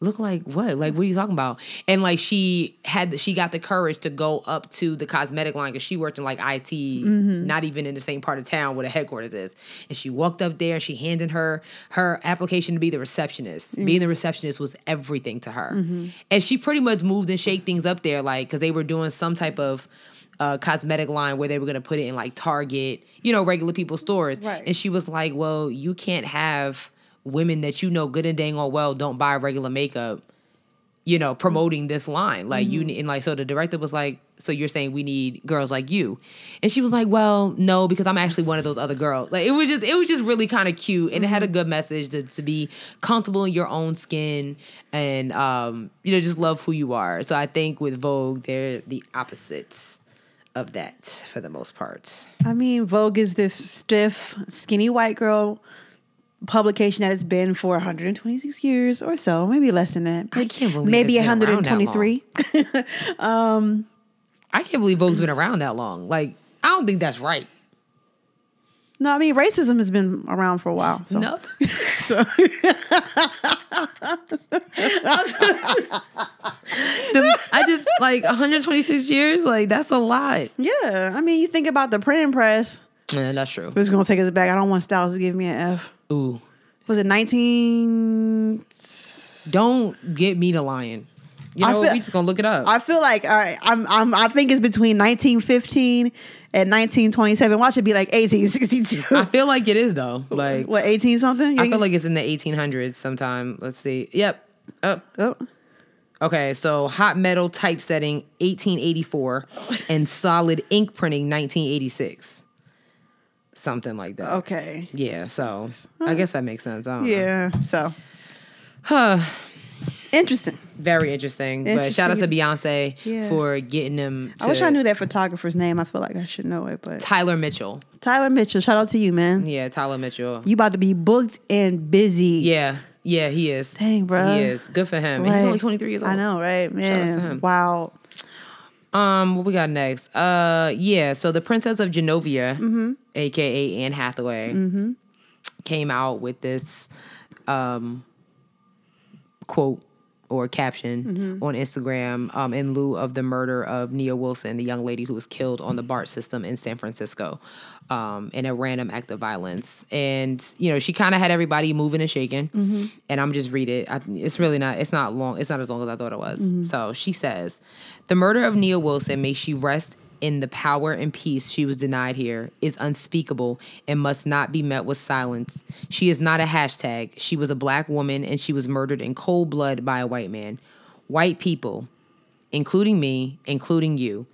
A: look like what? Like what are you talking about? And like she had she got the courage to go up to the cosmetic line because she worked in like IT, not even in the same part of town where the headquarters is. And she walked up there and she handed her her application to be the receptionist. Being the receptionist was everything to her, and she pretty much moved and shake things up there, like because they were doing some type of. Uh, cosmetic line where they were going to put it in like Target, you know, regular people's stores.
B: Right.
A: And she was like, "Well, you can't have women that you know good and dang all well don't buy regular makeup, you know, promoting this line. Like you need, and like so the director was like, so you're saying we need girls like you, and she was like, well, no, because I'm actually one of those other girls. Like it was just, it was just really kind of cute, and it had a good message to, to be comfortable in your own skin, and um, you know, just love who you are. So I think with Vogue, they're the opposites of that for the most part.
B: I mean, Vogue is this stiff, skinny white girl publication that has been for 126 years or so, maybe less than that.
A: I can't believe
B: maybe
A: it's been around that
B: 123.
A: I can't believe Vogue's been around that long. Like, I don't think that's right.
B: No, I mean racism has been around for a while. So
A: No.
B: So-
A: I just like 126 years, like that's a lot.
B: yeah, I mean, you think about the printing press.
A: Yeah, that's true.
B: It's gonna take us back. I don't want Styles to give me an F.
A: Ooh.
B: Was it 19?
A: Don't get me the lion. You
B: I
A: know,
B: feel-
A: we just gonna look it up.
B: I feel like all right. I'm, I'm. I think it's between 1915 and 1927. Watch it be like 1862.
A: I feel like it is though. Like
B: what 18 something?
A: I feel like it's in the 1800s sometime. Let's see. Yep. Up.
B: Oh.
A: Okay, so hot metal typesetting 1884 and solid ink printing 1986. Something like that.
B: Okay.
A: Yeah, so I guess that makes sense. I don't know.
B: Yeah. So
A: Huh.
B: interesting.
A: Very interesting. But shout out to Beyonce
B: Yeah.
A: for getting them.
B: I wish
A: to-
B: I knew that photographer's name. I feel like I should know it, but
A: Tyler Mitchell.
B: Tyler Mitchell. Shout out to you, man.
A: Yeah, Tyler Mitchell.
B: You about to be booked and busy.
A: Yeah, yeah, he is.
B: Dang, bruh.
A: He is. Good for him. And He's
B: Right.
A: only 23 years old.
B: I know, right? Man.
A: him.
B: Wow.
A: Um, what we got next? Uh, yeah. So the Princess of Genovia,
B: Mm-hmm.
A: aka Anne Hathaway, came out with this um quote or caption on Instagram um, in lieu of the murder of Nia Wilson, the young lady who was killed on the BART system in San Francisco um, in a random act of violence. And, you know, she kind of had everybody moving and shaking. And I'm just read it. I, it's really not, it's not long. It's not as long as I thought it was. So she says, the murder of Nia Wilson may she rest in the power and peace she was denied here is unspeakable and must not be met with silence. She is not a hashtag. She was a black woman and she was murdered in cold blood by a white man. White people, including me, including you,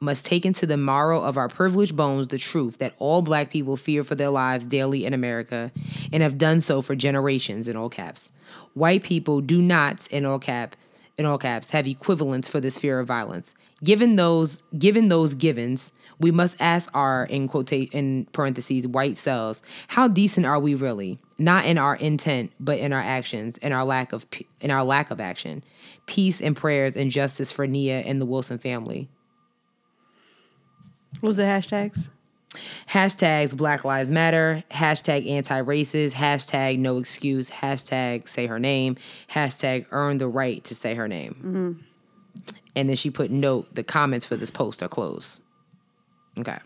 A: must take into the marrow of our privileged bones the truth that all black people fear for their lives daily in America and have done so for generations in all caps. White people do not in all cap in all caps have equivalents for this fear of violence. Given those given those givens, we must ask our in quotation in parentheses white selves, how decent are we really? Not in our intent, but in our actions, in our lack of p- in our lack of action. Peace and prayers and justice for Nia and the Wilson family.
B: What was the hashtags?
A: Hashtags Black Lives Matter, hashtag anti racist, hashtag no excuse, hashtag say her name, hashtag earn the right to say her name. And then she put note the comments for this post are closed. Okay.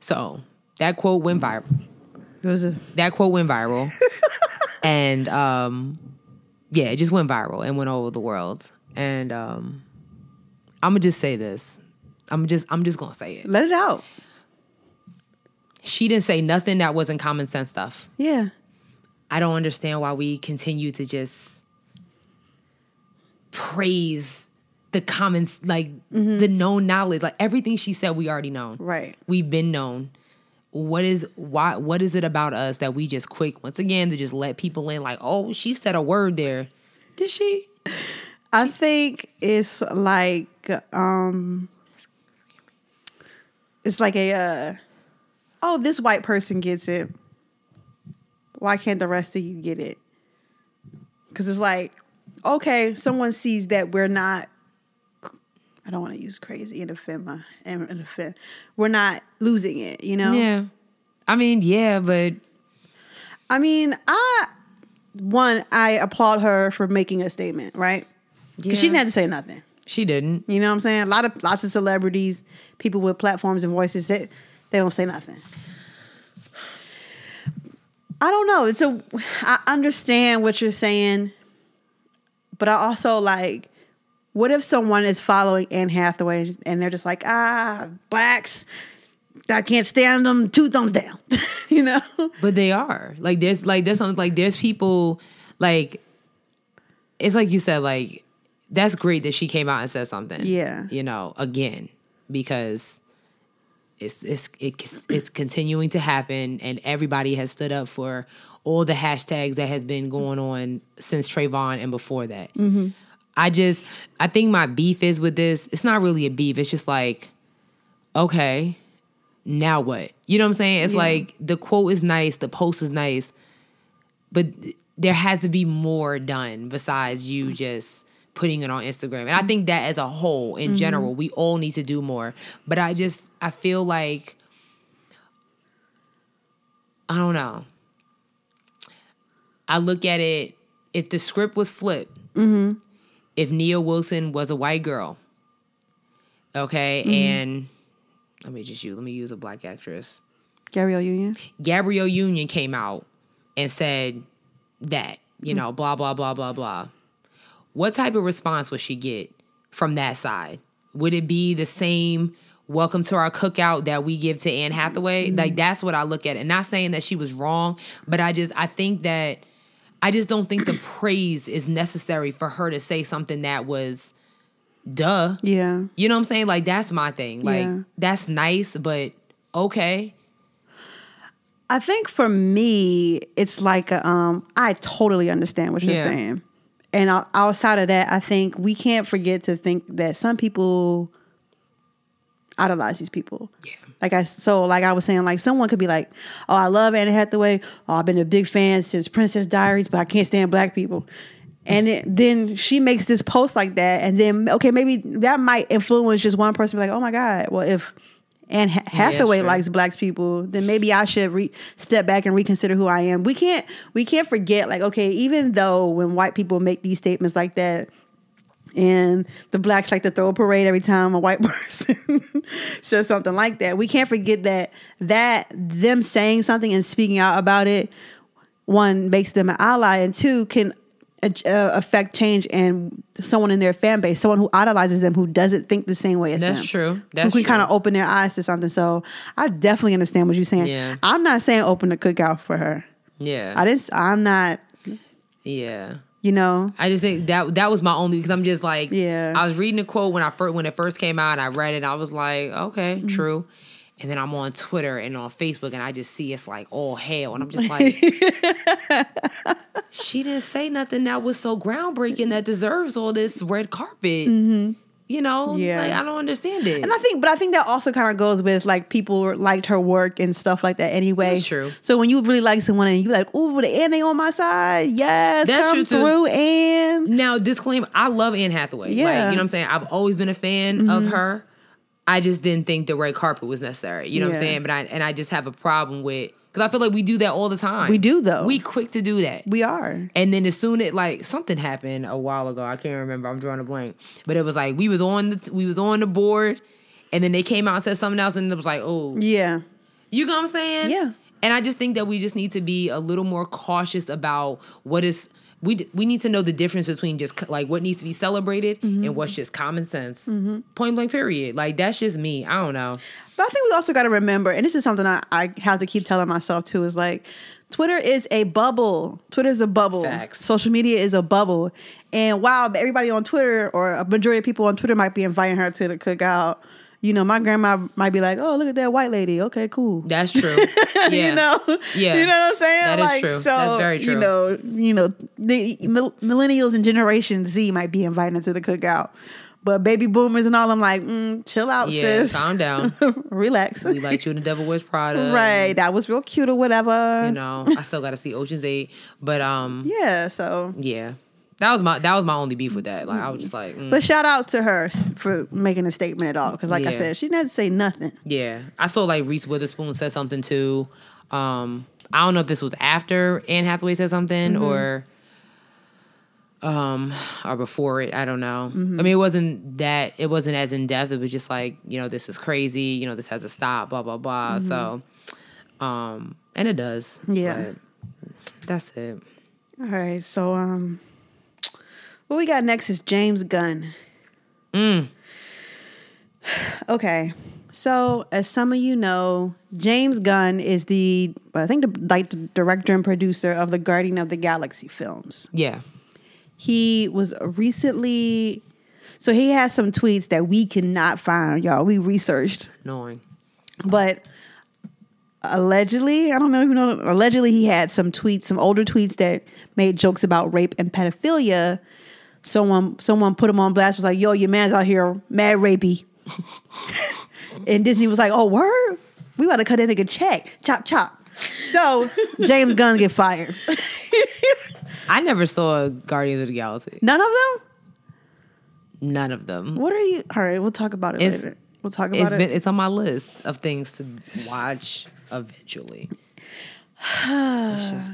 A: So that quote went viral.
B: It was a,
A: That quote went viral. and um yeah, it just went viral and went all over the world. And um I'ma just say this. I'm just I'm just gonna say it.
B: let it out.
A: She didn't say nothing that wasn't common sense stuff.
B: Yeah.
A: I don't understand why we continue to just praise the common like
B: Mm-hmm.
A: the known knowledge. Like everything she said we already known.
B: Right.
A: We've been known. What is why what is it about us that we just quick once again to just let people in like, oh, she said a word there. Did she?
B: I think it's like um it's like a uh, oh this white person gets it. Why can't the rest of you get it? Cuz it's like okay, someone sees that we're not I don't want to use crazy and offend my and and offend. We're not losing it, you know?
A: Yeah. I mean, yeah, but
B: I mean, I one I applaud her for making a statement, right?
A: Yeah.
B: Cuz she didn't have to say nothing.
A: she didn't.
B: You know what I'm saying? A lot of lots of celebrities, people with platforms and voices, they, they don't say nothing. I don't know. It's a I understand what you're saying, but I also like what if someone is following Anne Hathaway and they're just like, ah, blacks, I can't stand them, two thumbs down. you know?
A: But they are. Like there's like there's something like there's people like it's like you said, like that's great that she came out and said something.
B: Yeah.
A: You know, again, because it's it's it's it's continuing to happen and everybody has stood up for all the hashtags that has been going on since Trayvon and before that. I just I think my beef is with this, it's not really a beef, it's just like, okay, now what? You know what I'm saying? It's like the quote is nice, the post is nice, but th- there has to be more done besides you just putting it on Instagram. And I think that as a whole, in general, we all need to do more. But I just I feel like I don't know. I look at it if the script was flipped, if Nia Wilson was a white girl, okay, and let me just use let me use a black actress.
B: Gabrielle Union.
A: Gabrielle Union came out and said that, you know, blah, blah, blah, blah, blah. What type of response would she get from that side? Would it be the same welcome to our cookout that we give to Anne Hathaway? Like, that's what I look at. And not saying that she was wrong, but I just, I think that, I just don't think the praise is necessary for her to say something that was duh.
B: Yeah.
A: You know what I'm saying? Like, that's my thing. Like,
B: Yeah.
A: that's nice, but okay.
B: I think for me, it's like a, um, I totally understand what you're
A: Yeah.
B: saying, and o- outside of that, I think we can't forget to think that some people idolize these people.
A: Yeah.
B: Like I so like I was saying, like someone could be like, "Oh, I love Anne Hathaway. Oh, I've been a big fan since Princess Diaries, but I can't stand black people." And it, then she makes this post like that, and then okay, maybe that might influence just one person. Be like, "Oh my God!" Well, if Anne Ha- Hathaway
A: sure.
B: likes blacks people, then maybe I should re- step back and reconsider who I am. We can't we can't forget like okay, even though when white people make these statements like that, and the blacks like to throw a parade every time a white person says something like that. We can't forget that that them saying something and speaking out about it one makes them an ally and two can uh, affect change and someone in their fan base, someone who idolizes them who doesn't think the same way as
A: That's
B: them.
A: true.
B: who
A: That's
B: can kind
A: true.
B: of open their eyes to something. So I definitely understand what you're saying.
A: Yeah.
B: I'm not saying open the cookout for her.
A: Yeah.
B: I just I'm not,
A: Yeah.
B: you know.
A: I just think that that was my only because I'm just like
B: Yeah.
A: I was reading the quote when I first when it first came out. I read it. I was like, okay,
B: Mm-hmm.
A: true. And then I'm on Twitter and on Facebook, and I just see it's like all hell, and I'm just like, she didn't say nothing that was so groundbreaking that deserves all this red carpet. You know,
B: Mm-hmm. Yeah.
A: like, I don't understand it.
B: And I think, but I think that also kind of goes with like people liked her work and stuff like that. Anyway,
A: That's true.
B: So when you really like someone and you like, ooh, the and they on my side, yes,
A: That's
B: come
A: true, too.
B: through, and
A: Now, disclaimer, I love Anne Hathaway. Like,
B: Yeah. Mm-hmm.
A: you know what I'm saying? I've always been a fan of her. I just didn't think the red carpet was necessary. You know what
B: Yeah.
A: I'm saying? But I and I just have a problem with because I feel like we do that all the time.
B: We do, though.
A: We quick to do that.
B: we are.
A: And then as soon it like something happened a while ago, I can't remember. I'm drawing a blank, but it was like we was on the we was on the board, and then they came out and said something else, and it was like, oh,
B: Yeah.
A: you know what I'm saying?
B: Yeah.
A: And I just think that we just need to be a little more cautious about what is we d- we need to know the difference between just c- like what needs to be celebrated
B: Mm-hmm.
A: and what's just common sense. Point blank period. Like that's just me. I don't know.
B: But I think we also got to remember, and this is something I, I have to keep telling myself too, is like Twitter is a bubble. Twitter is a bubble.
A: Facts.
B: Social media is a bubble. And while everybody on Twitter or a majority of people on Twitter might be inviting her to the cookout, you know, my grandma might be like, "Oh, look at that white lady. Okay, cool."
A: That's true. Yeah.
B: you know,
A: Yeah.
B: you know what I'm saying.
A: That is
B: like,
A: true.
B: So
A: That's very
B: you
A: true.
B: know, you know, the mil- millennials and Generation Z might be invited to the cookout, but baby boomers and all, I'm like, mm, chill out,
A: Yeah,
B: sis.
A: calm down.
B: relax.
A: We liked you in the Devil Wears Prada.
B: Right, that was real cute or whatever.
A: You know, I still gotta see Ocean's Eight. But um
B: Yeah, so
A: yeah. That was my that was my only beef with that. Like I was just like, mm,
B: but shout out to her s- for making a statement at all. Because like I
A: Yeah.
B: said, she didn't have to say nothing.
A: Yeah, I saw like Reese Witherspoon said something too. Um, I don't know if this was after Anne Hathaway said something or um or before it. I don't know. I mean, it wasn't that it wasn't as in depth. It was just like you know this is crazy. You know this has to stop. Blah blah blah. So, um, and it does.
B: Yeah.
A: but that's it.
B: All right, so um what we got next is James Gunn.
A: Mm.
B: Okay. So, as some of you know, James Gunn is the I think the like the director and producer of the Guardian of the Galaxy films.
A: Yeah,
B: he was recently so he has some tweets that we cannot find y'all we researched
A: annoying.
B: but allegedly i don't know even know allegedly he had some tweets some older tweets that made jokes about rape and pedophilia someone someone put him on blast was like yo your man's out here mad rapey and disney was like oh word we gotta cut that nigga check chop chop so james gunn get fired
A: I never saw Guardians of the Galaxy.
B: none of them
A: None of them.
B: What are you? All right, we'll talk about it
A: It's-
B: later. We'll talk about
A: It's
B: it.
A: been it's on my list of things to watch eventually. It's just-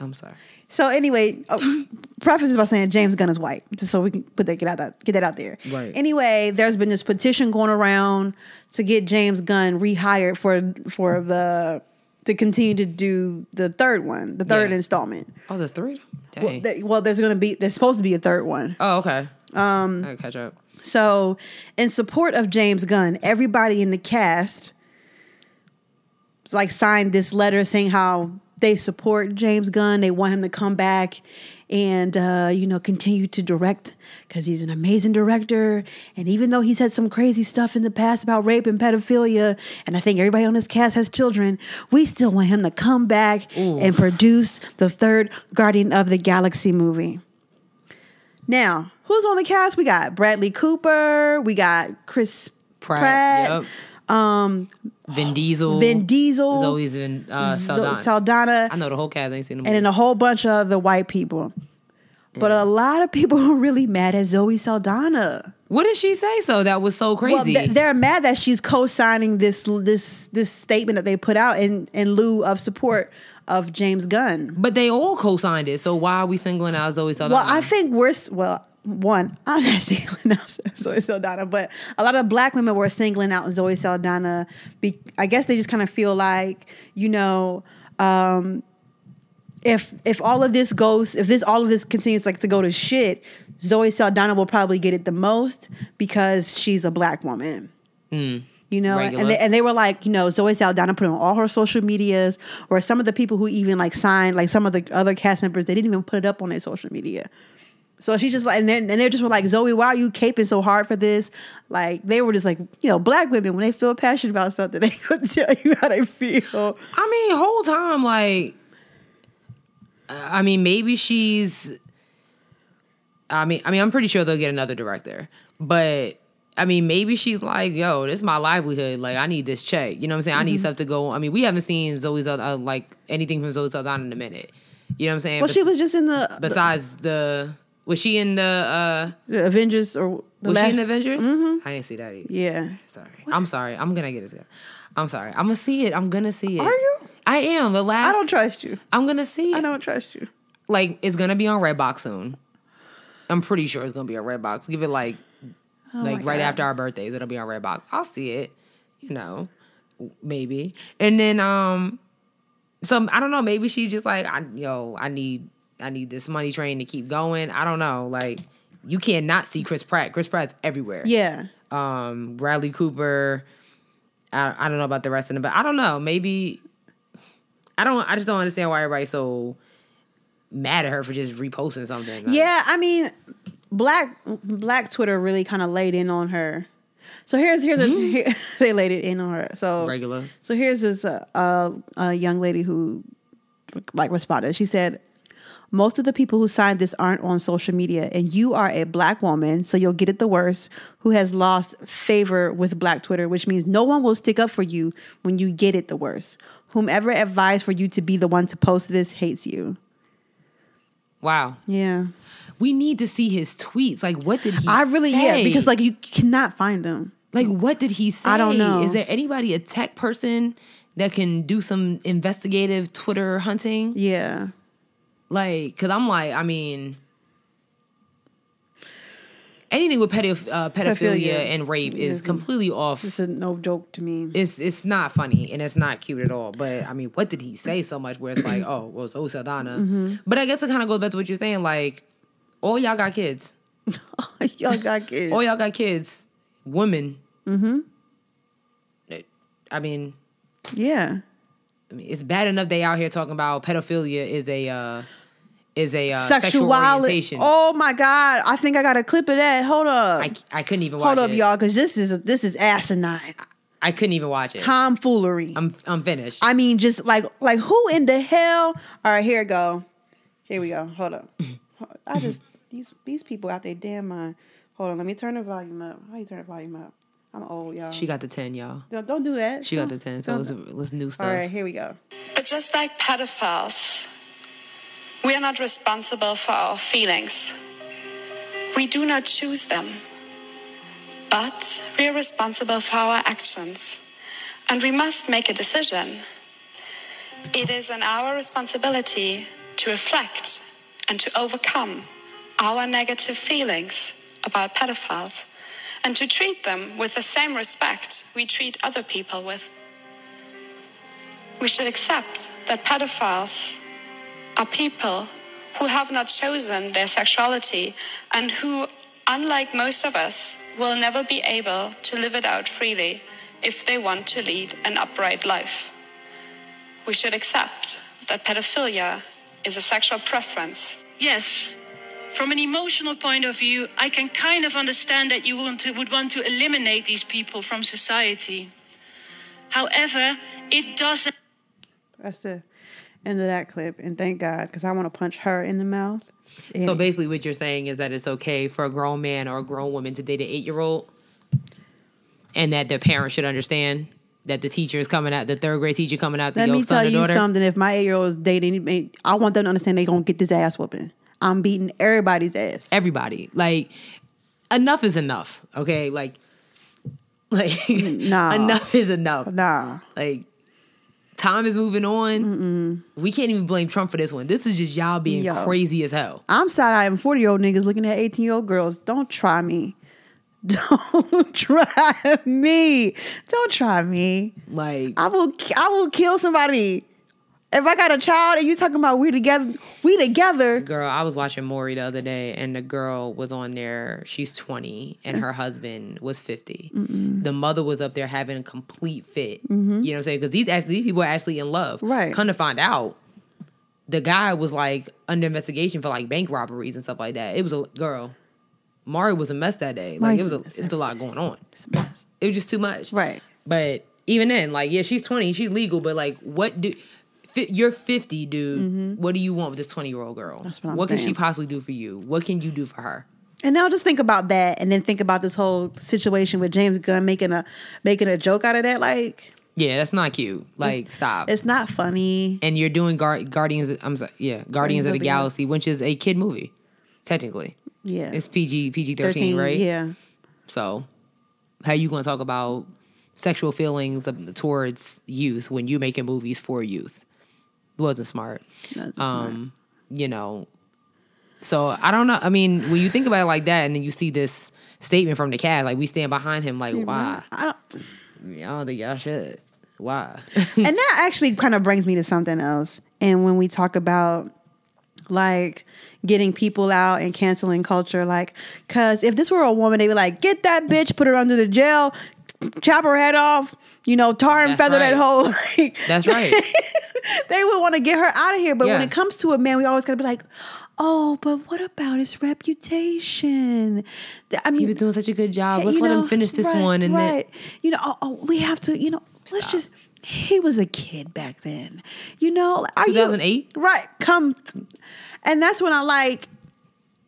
A: I'm sorry.
B: so anyway, oh, preface this by saying James Gunn is white, just so we can put that get out that get that out there.
A: Right.
B: Anyway, there's been this petition going around to get James Gunn rehired for for the to continue to do the third one, the third
A: Yeah.
B: installment.
A: Oh, there's three of them? Dang.
B: Well, th- well, there's gonna be there's supposed to be a third one.
A: oh, okay. Um I gotta catch up.
B: So, in support of James Gunn, everybody in the cast like signed this letter saying how they support James Gunn. They want him to come back and uh, you know continue to direct because he's an amazing director. And even though he's had some crazy stuff in the past about rape and pedophilia, and I think everybody on this cast has children, we still want him to come back and produce the third Guardian of the Galaxy movie. Now, who's on the cast? We got Bradley Cooper. We got Chris Pratt.
A: Pratt. yep.
B: Um,
A: Vin Diesel.
B: Vin Diesel.
A: Zoe's in uh
B: Zo-
A: Saldana.
B: Saldana,
A: I know the whole cast I ain't seen them.
B: and then a whole bunch of other white people. But a lot of people are really mad at Zoe Saldana.
A: what did she say so that was so crazy?
B: Well, th- they're mad that she's co-signing this this this statement that they put out in in lieu of support of James Gunn.
A: but they all co-signed it, so why are we singling out Zoe Saldana?
B: Well, I think we're s- well. One, I'm not singling out Zoe Saldana, but a lot of black women were singling out Zoe Saldana. Be- I guess they just kind of feel like, you know, um, if if all of this goes, if this all of this continues like to go to shit, Zoe Saldana will probably get it the most because she's a black woman. You know,
A: Regular.
B: and they, and they were like, you know, Zoe Saldana put on all her social medias, or some of the people who even like signed, like some of the other cast members, they didn't even put it up on their social media. So she's just like, and then and they just were like, Zoe, why are you caping so hard for this? Like they were just like, you know, black women when they feel passionate about something, they could tell you how they feel.
A: I mean, whole time, like, I mean, maybe she's. I mean, I mean, I'm pretty sure they'll get another director, but I mean, maybe she's like, "Yo, this is my livelihood. Like, I need this check. You know what I'm saying? I
B: Mm-hmm.
A: need stuff to go. I mean, we haven't seen Zoe Saldana, uh, like anything from Zoe Saldana in a minute. You know what I'm saying?
B: Well,
A: Bes-
B: she was just in the,
A: besides the was she in the uh
B: the Avengers or the
A: was
B: last,
A: she in Avengers? I didn't see that either.
B: Mm-hmm. yeah.
A: Sorry, I'm sorry. I'm gonna get it. together. I'm sorry. I'm gonna see it. I'm gonna see it.
B: Are you?
A: I am the last.
B: I don't trust you.
A: I'm gonna see.
B: I
A: it.
B: don't trust you.
A: Like it's gonna be on Redbox soon. I'm pretty sure it's gonna be on Redbox. Give it like like
B: Oh my
A: right
B: God.
A: after our birthdays, it'll be on Redbox. I'll see it, you know, w- maybe. And then um, so I don't know. Maybe she's just like, I yo, I need I need this money train to keep going. I don't know. Like you cannot see Chris Pratt. Chris Pratt's everywhere.
B: Yeah.
A: Um, Bradley Cooper. I I don't know about the rest of them, but I don't know. Maybe I don't. I just don't understand why everybody's so mad at her for just reposting something. Like,
B: Yeah, I mean, black black Twitter really kind of laid in on her. So here's here's a
A: Hmm.
B: here, they laid it in on her. So
A: regular.
B: So here's this uh, uh, a young lady who like responded. She said, "Most of the people who signed this aren't on social media, and you are a black woman, so you'll get it the worst. Who has lost favor with Black Twitter, which means no one will stick up for you when you get it the worst. Whomever advised for you to be the one to post this hates you.
A: Wow.
B: Yeah,
A: We need to see his tweets. Like, what did he?
B: I really
A: say?
B: yeah because like you cannot find them.
A: like, what did he say?
B: I don't know.
A: Is there anybody a tech person that can do some investigative Twitter hunting?
B: Yeah,
A: Like, because I'm like, I mean, anything with pedoph- uh, pedophilia,
B: Pedophilia.
A: and rape is completely off.
B: it's a no joke to me.
A: It's it's not funny and it's not cute at all. But I mean, what did he say so much? Where it's like, oh, well, it's Osadana.
B: Mm-hmm.
A: But I guess it kind of goes back to what you're saying. Like, all y'all got kids.
B: Y'all got kids.
A: all y'all got kids, women. Mm-hmm. I mean,
B: yeah,
A: I mean, it's bad enough they out here talking about pedophilia is a uh, is a uh, sexual
B: sexuality.
A: orientation.
B: Oh my god! I think I got a clip of that. Hold up,
A: I, I couldn't even watch
B: hold up,
A: it.
B: y'all, because this is this is asinine
A: I couldn't even watch it.
B: tomfoolery.
A: I'm I'm finished.
B: I mean, just like like who in the hell? All right, here it go. Here we go. Hold up. I just these these people out there, damn mind. Hold on, let me turn the volume up. How you turn the volume up? I'm old, y'all.
A: she got the ten, y'all.
B: don't, don't do that.
A: She got the
B: Don't-
A: ten. So
B: don't-
A: let's let's new stuff.
B: all right, here we go.
C: But just like pedophiles, we are not responsible for our feelings. We do not choose them. But we are responsible for our actions. And we must make a decision. It is on our responsibility to reflect and to overcome our negative feelings about pedophiles and to treat them with the same respect we treat other people with. We should accept that pedophiles are people who have not chosen their sexuality and who, unlike most of us, will never be able to live it out freely if they want to lead an upright life. We should accept that pedophilia is a sexual preference
D: Yes. From an emotional point of view, I can kind of understand that you want to, would want to eliminate these people from society. However, it doesn't.
B: That's the end of that clip, and thank God, because I want to punch her in the mouth.
A: So basically, what you're saying is that it's okay for a grown man or a grown woman to date an eight year old, and that their parents should understand that the teacher is coming out, the third grade teacher coming out to
B: Let
A: your
B: me
A: son
B: tell
A: or
B: you
A: daughter.
B: something. If my eight year old is dating, any- I want them to understand they gonna get this ass whooping. I'm beating everybody's ass.
A: Everybody, like, enough is enough. Okay, like, like,
B: nah.
A: enough is enough.
B: Nah,
A: Like, time is moving on. We can't even blame Trump for this one. This is just y'all being
B: Yo.
A: crazy as hell.
B: I'm side eyeing forty year old niggas looking at eighteen year old girls. Don't try me. Don't try me. Don't try me.
A: Like,
B: I will. ki- I will kill somebody. If I got a child and you talking about we together, we together.
A: Girl, I was watching Maury the other day, and the girl was on there. She's 20, and her husband was 50. The mother was up there having a complete fit. You know what I'm saying? Because these, actually- these people are actually in love.
B: Mm-hmm. Right.
A: Come to find out, the guy was like under investigation for like bank robberies and stuff like that. It was a girl. Maury was a mess that day. Like,
B: Maury's
A: it was,
B: a
A: a,
B: mess
A: it was a lot going on.
B: It's a mess.
A: It was just too much.
B: Right.
A: But even then, like, yeah, she's 20, she's legal, but like, what do fi- you're 50, dude. What do you want with this 20 year old girl?
B: Mm-hmm. That's what I'm
A: What can she
B: saying.
A: possibly do for you? What can you do for her?
B: And now just think about that, and then think about this whole situation with James Gunn making a making a joke out of that. Like
A: Yeah, that's not cute. Like, stop.
B: it's not funny.
A: and you're doing Gar- Guardians, I'm sorry, yeah, Guardians of the Galaxy, which is a kid movie, technically.
B: Yeah,
A: It's PG, PG 13, right?
B: Yeah,
A: So, how you gonna talk about sexual feelings of- towards youth when you making movies for youth? Wasn't smart.
B: That's smart.
A: um, you know, So I don't know. I mean, when you think about it like that, and then you see this statement from the cast, like we stand behind him, like why?
B: I don't,
A: I mean, I don't think y'all should. Why?
B: and that actually kind of brings me to something else. And when we talk about like getting people out and canceling culture, like, cause if this were a woman, they'd be like, get that bitch, put her under the jail, chop her head off, you know, tar and
A: That's
B: feather that
A: right.
B: whole. Like,
A: That's right.
B: they would want to get her out of here. But when
A: Yeah.
B: it comes to a man, we always gotta be like, oh, but what about his reputation? Th- I mean,
A: he was doing such a good job. Let's
B: you
A: let
B: know,
A: him finish this
B: right,
A: one, and then
B: right. you know, oh, oh, we have to. You know, let's just. He was a kid back then. You know, like, are you-
A: 2008?
B: Right. Come, th- and that's when I like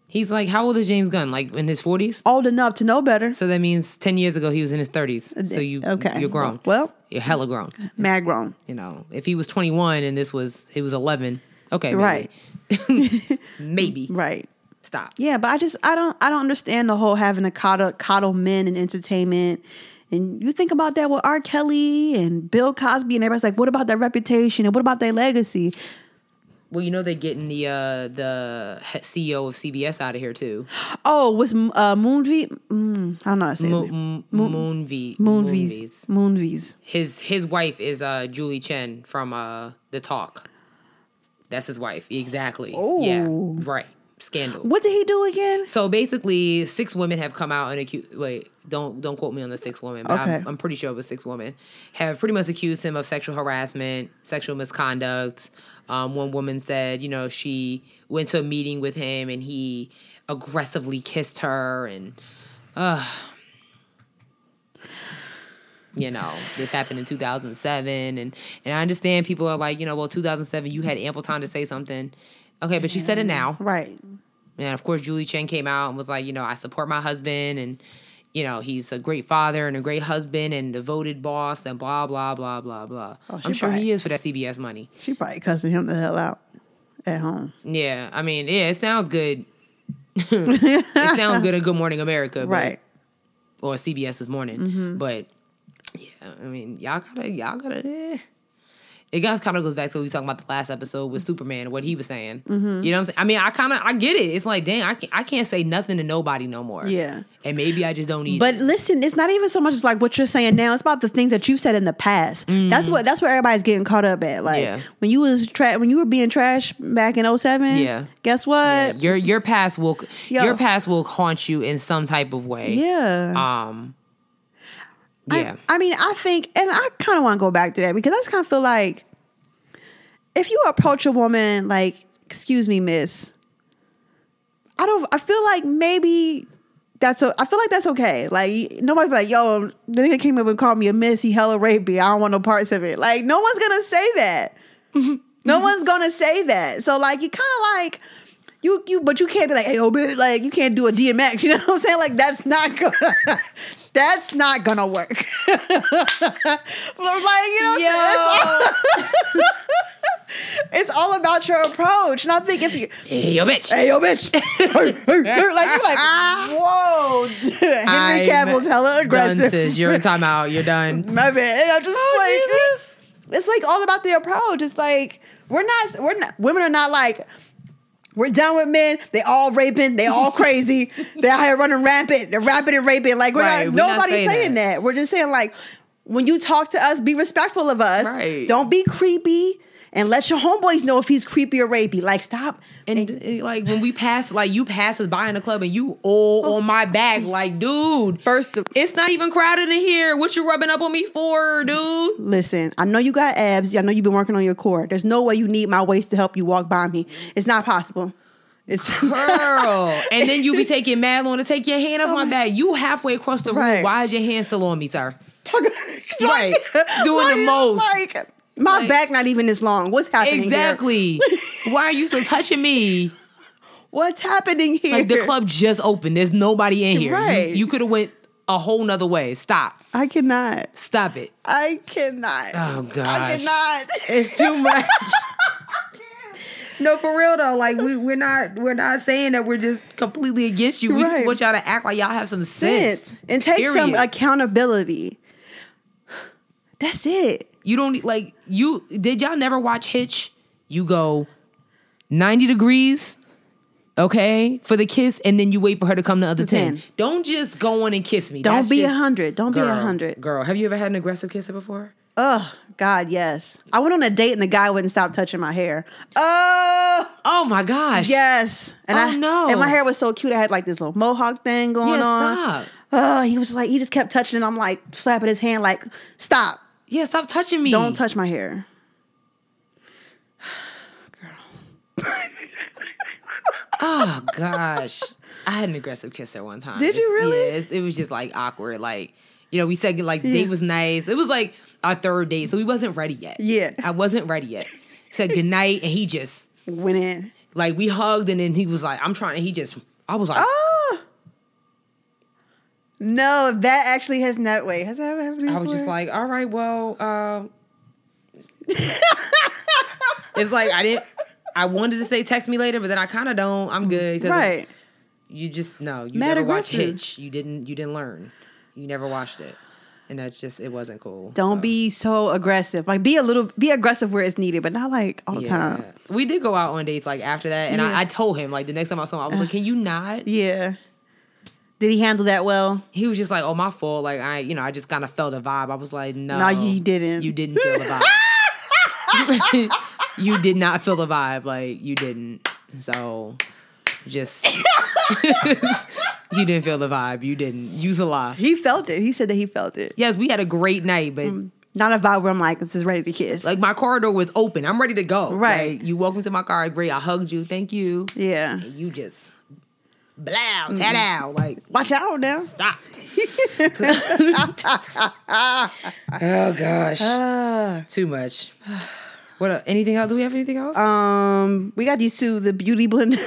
A: he's like, how old is James Gunn? Like in his forties.
B: old enough to know better.
A: So that means ten years ago he was in his thirties. So you
B: okay.
A: you're grown.
B: Well-
A: you're hella grown.
B: Mad grown.
A: You know, if he was 21 and this was he was 11. Okay, maybe.
B: Right.
A: maybe
B: Right.
A: stop.
B: Yeah, but I just I don't I don't understand the whole having to coddle coddle men in entertainment. And you think about that with R. Kelly and Bill Cosby and everybody's like, what about their reputation and what about their legacy?
A: Well, you know they're getting the uh the he- CEO of CBS out of here too.
B: Oh, was uh, Moonvi? Mm, I don't know how to say his name.
A: Moon Moonvi
B: Moonvies.
A: Moonvies.
B: Moonvies.
A: His his wife is uh Julie Chen from uh The Talk. That's his wife. Exactly. Yeah.
B: Oh.
A: Right. Scandal.
B: What did he do again?
A: So basically, six women have come out and accused. Wait, don't don't quote me on the six women, but
B: Okay.
A: I'm, I'm pretty sure it was six women have pretty much accused him of sexual harassment, sexual misconduct. Um, one woman said, you know, she went to a meeting with him and he aggressively kissed her, and you know, this happened in 2007, and and I understand people are like, you know, well, 2007, you had ample time to say something. Okay, but she said it now.
B: Right.
A: And of course, Julie Chen came out and was like, you know, I support my husband and, you know, he's a great father and a great husband and devoted boss and blah, blah, blah, blah, blah.
B: Oh, she
A: I'm sure
B: right.
A: he is for that CBS money.
B: She probably cussing him the hell out at home.
A: Yeah. I mean, yeah, it sounds good. it sounds good at Good Morning America, but,
B: Right.
A: Or CBS this morning.
B: Mm-hmm.
A: But yeah, I mean, y'all gotta, y'all gotta. eh. It got kind of goes back to what we talking about the last episode with Superman and what he was saying.
B: Mm-hmm.
A: You know what I'm saying? I mean, I kind of I get it. It's like, dang, I can't, I can't say nothing to nobody no more.
B: Yeah.
A: and maybe I just don't need.
B: But uh, listen, it's not even so much like what you're saying now. It's about the things that you've said in the past. That's what that's what everybody's getting caught up at. Like
A: Yeah.
B: when you was tra- when you were being trash back in 07,
A: Yeah.
B: Guess what? Yeah.
A: your your past will
B: Yo.
A: your past will haunt you in some type of way. Um.
B: I-
A: Yeah.
B: I, mean, I think, and I kind of want to go back to that because I just kind of feel like if you approach a woman like, excuse me, miss, I don't, I feel like maybe that's, o- I feel like that's okay. Like, nobody's like, yo, the nigga came up and called me a miss, he hella raped me. I don't want no parts of it. Like, no one's going to say that. No one's gonna say that. So like you kind of like you you, but you can't be like, hey, oh, bitch, like you can't do a DMX. You know what I'm saying? Like that's not gonna that's not gonna work. but like you know, what I'm saying? it's all about your approach. And I think if you,
A: Hey, yo, bitch.
B: hey, yo, bitch, like you're like, whoa, Henry
A: I'm
B: Cavill's hella
A: Done,
B: aggressive.
A: sis. You're in timeout. You're done.
B: My bad. And I'm just
A: Oh,
B: like, it's, it's like all about the approach. It's like we're not, we're not, women are not like, we're done with men. They all raping. They all crazy. They're out here running rampant. They're rapping and raping. Like we're
A: Right,
B: not,
A: we're not
B: nobody's
A: saying
B: saying that.
A: that.
B: We're just saying like, when you talk to us, be respectful of us.
A: Right.
B: Don't be creepy. And let your homeboys know if he's creepy or rapey. Like stop.
A: And, uh, like when we pass, like you pass us by in the club, and you all on my back, like dude.
B: First of-
A: it's not even crowded in here. What you rubbing up on me for, dude?
B: Listen, I know you got abs. I know you've been working on your core. There's no way you need my waist to help you walk by me. It's not possible. It's
A: Girl, and then you be taking mad long to take your hand off my back. You halfway across the room.
B: Oh Right.
A: Why is your hand still on me, sir?
B: talking
A: Right. Doing the most.
B: Like my
A: Like-
B: back not even this long. What's happening? Here?
A: Exactly. Why are you still touching me?
B: What's happening here?
A: Like the club just opened. There's nobody in here. You-
B: Right.
A: You, could have went a whole nother way. Stop.
B: I cannot.
A: Stop it.
B: I cannot.
A: Oh gosh.
B: I cannot.
A: It's too much. no, for real though. Like we we're not we're not saying that we're just completely against you. We
B: Right.
A: just want y'all to act like y'all have some sense.
B: Sense. And take some
A: Period.
B: accountability. That's it.
A: You don't need- like you did y'all never watch Hitch? You go 90 degrees Okay, for the kiss, and then you wait for her to come to other
B: The 10.
A: 10. Don't just go on and kiss me.
B: Don't
A: That's
B: be a
A: just-
B: 100. Don't be a
A: girl,
B: 100.
A: Girl, have you ever had an aggressive kisser before?
B: Oh, God, yes. I went on a date and the guy wouldn't stop touching my hair. Oh,
A: Oh my gosh.
B: yes. And
A: Oh,
B: I
A: no.
B: And my hair was so cute. I had like this little mohawk thing going
A: Yeah,
B: on.
A: stop.
B: Oh, he was like, he just kept touching it. I'm like, slapping his hand, like, stop.
A: Yeah, stop touching me.
B: Don't touch my hair.
A: Oh gosh, I had an aggressive kisser one time.
B: Did you
A: It's-
B: really?
A: Yeah, it, it was just like awkward. Like you know, we said like date was nice. It was like our third date, so we wasn't ready yet.
B: Yeah.
A: I wasn't ready yet. Said goodnight, and he just
B: Went in.
A: like we hugged, and then he was like, "I'm trying." And he just, I was like,
B: Oh. No, that actually has not. Wait, has that ever happened before?
A: I was just like, "All right, well." Um, it's like I didn't. I wanted to say text me later, but then I kind of don't. I'm good. 'cause
B: right.
A: You just no. You
B: Mad
A: never watched
B: aggressive.
A: Hitch. You didn't. You didn't learn. You never watched it, and that's just it wasn't cool.
B: Don't
A: so,
B: be so aggressive. Like, be a little, be aggressive where it's needed, but not like all the time.
A: We did go out on dates like after that, and
B: Yeah.
A: I, I told him like the next time I saw him, I was like, "Can you not?"
B: Yeah. Did he handle that well?
A: He was just like, "Oh, my fault." Like I, you know, I just kind of felt a vibe. I was like, "No,
B: No, you didn't.
A: You didn't feel the vibe. you did not feel the vibe. Like you didn't. So just you didn't feel the vibe. You didn't. Use a lie.
B: He felt it. He said that he felt it.
A: Yes, we had a great night,
B: Mm.
A: but
B: Not a vibe where I'm like, this is ready to kiss.
A: like my corridor was open. I'm ready to go.
B: Right.
A: Like, you walked into my car. Great. I hugged you. Thank you.
B: yeah.
A: And you just blow, tat out. Like
B: Watch out now.
A: stop. oh gosh. Too much. What? el- Anything else? Do we have anything else?
B: Um, we got these two, the beauty blender.